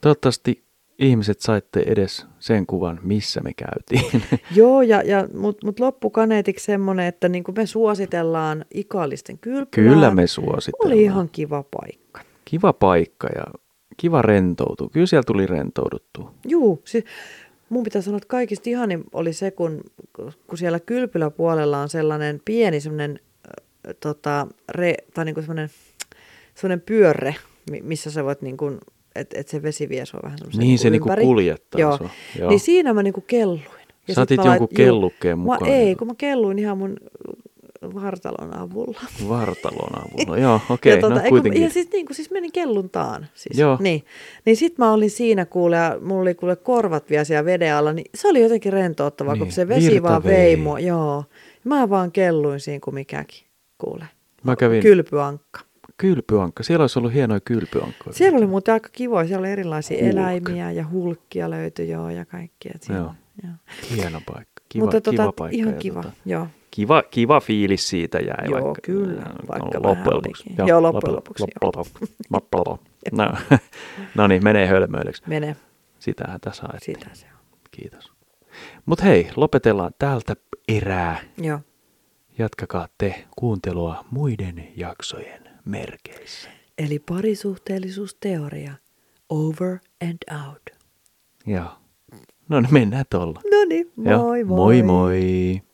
Speaker 1: Toivottavasti ihmiset saitte edes sen kuvan, missä me käytiin.
Speaker 2: Joo, ja, ja, mutta mut loppukaneetiksi semmoinen, että niin me suositellaan ikallisten kylpylään.
Speaker 1: Kyllä me suositellaan.
Speaker 2: Oli ihan kiva paikka.
Speaker 1: Kiva paikka ja kiva rentoutu. Kyllä siellä tuli rentouduttua.
Speaker 2: Juu, siis mun pitää sanoa, että kaikista ihanin oli se, kun, kun siellä kylpyläpuolella on sellainen pieni semmoinen, äh, tota, re, tai niinku semmoinen, semmoinen pyörre, mi- missä sä voit niin kuin, että et se vesi vie sua vähän semmoisen
Speaker 1: Niin, se niinku
Speaker 2: ympäri.
Speaker 1: kuljettaa
Speaker 2: Joo.
Speaker 1: sua. Joo.
Speaker 2: Joo. Niin siinä mä niinku kelluin.
Speaker 1: Sä
Speaker 2: sit
Speaker 1: otit
Speaker 2: mä
Speaker 1: jonkun
Speaker 2: lait-
Speaker 1: kellukkeen
Speaker 2: Mä-
Speaker 1: mukaan.
Speaker 2: Ei, kun mä kelluin ihan mun vartalon avulla.
Speaker 1: Vartalon avulla. Joo, okei, okay, no
Speaker 2: eiku-
Speaker 1: kuitenkin.
Speaker 2: Ja siis, niin kuin, siis menin kelluntaan. Siis.
Speaker 1: Joo.
Speaker 2: Niin, niin sit mä olin siinä kuule, ja mulla oli kuule korvat vielä siellä veden alla, niin se oli jotenkin rentouttavaa, niin.
Speaker 1: Niin,
Speaker 2: kun se vesi
Speaker 1: virta
Speaker 2: vaan
Speaker 1: vei.
Speaker 2: vei mua. Joo. Mä vaan kelluin siinä kuin mikäkin, kuule.
Speaker 1: Mä kävin Kyl...
Speaker 2: Kylpyankka.
Speaker 1: kylpyankka. Siellä olisi ollut hienoja kylpyankkoja.
Speaker 2: Siellä oli muuten aika kivoja, siellä oli erilaisia
Speaker 1: Hulk.
Speaker 2: Hulk. eläimiä ja hulkkia löytyi joo ja kaikkia. et Siinä,
Speaker 1: Joo.
Speaker 2: joo.
Speaker 1: Hieno paikka. Kiva,
Speaker 2: Mutta
Speaker 1: kiva
Speaker 2: tota,
Speaker 1: paikka.
Speaker 2: ihan
Speaker 1: ja
Speaker 2: kiva,
Speaker 1: Tota,
Speaker 2: joo.
Speaker 1: kiva, kiva fiilis siitä jäi.
Speaker 2: Joo,
Speaker 1: vaikka,
Speaker 2: kyllä,
Speaker 1: no,
Speaker 2: vaikka
Speaker 1: loppujen
Speaker 2: vähän
Speaker 1: lopuksi.
Speaker 2: olikin. Joo, loppujen lopuksi, joo.
Speaker 1: lopuksi. No, no niin, menee hölmöilyksi.
Speaker 2: Mene,
Speaker 1: Sitähän tässä haettiin.
Speaker 2: sitä se on.
Speaker 1: Kiitos. Mutta hei, lopetellaan täältä erää.
Speaker 2: Joo.
Speaker 1: Jatkakaa te kuuntelua muiden jaksojen merkeissä.
Speaker 2: Eli parisuhteellisuusteoria. Over and out.
Speaker 1: Joo. No niin, mennään tuolla.
Speaker 2: No niin,
Speaker 1: Joo.
Speaker 2: moi
Speaker 1: Moi
Speaker 2: moi.
Speaker 1: moi.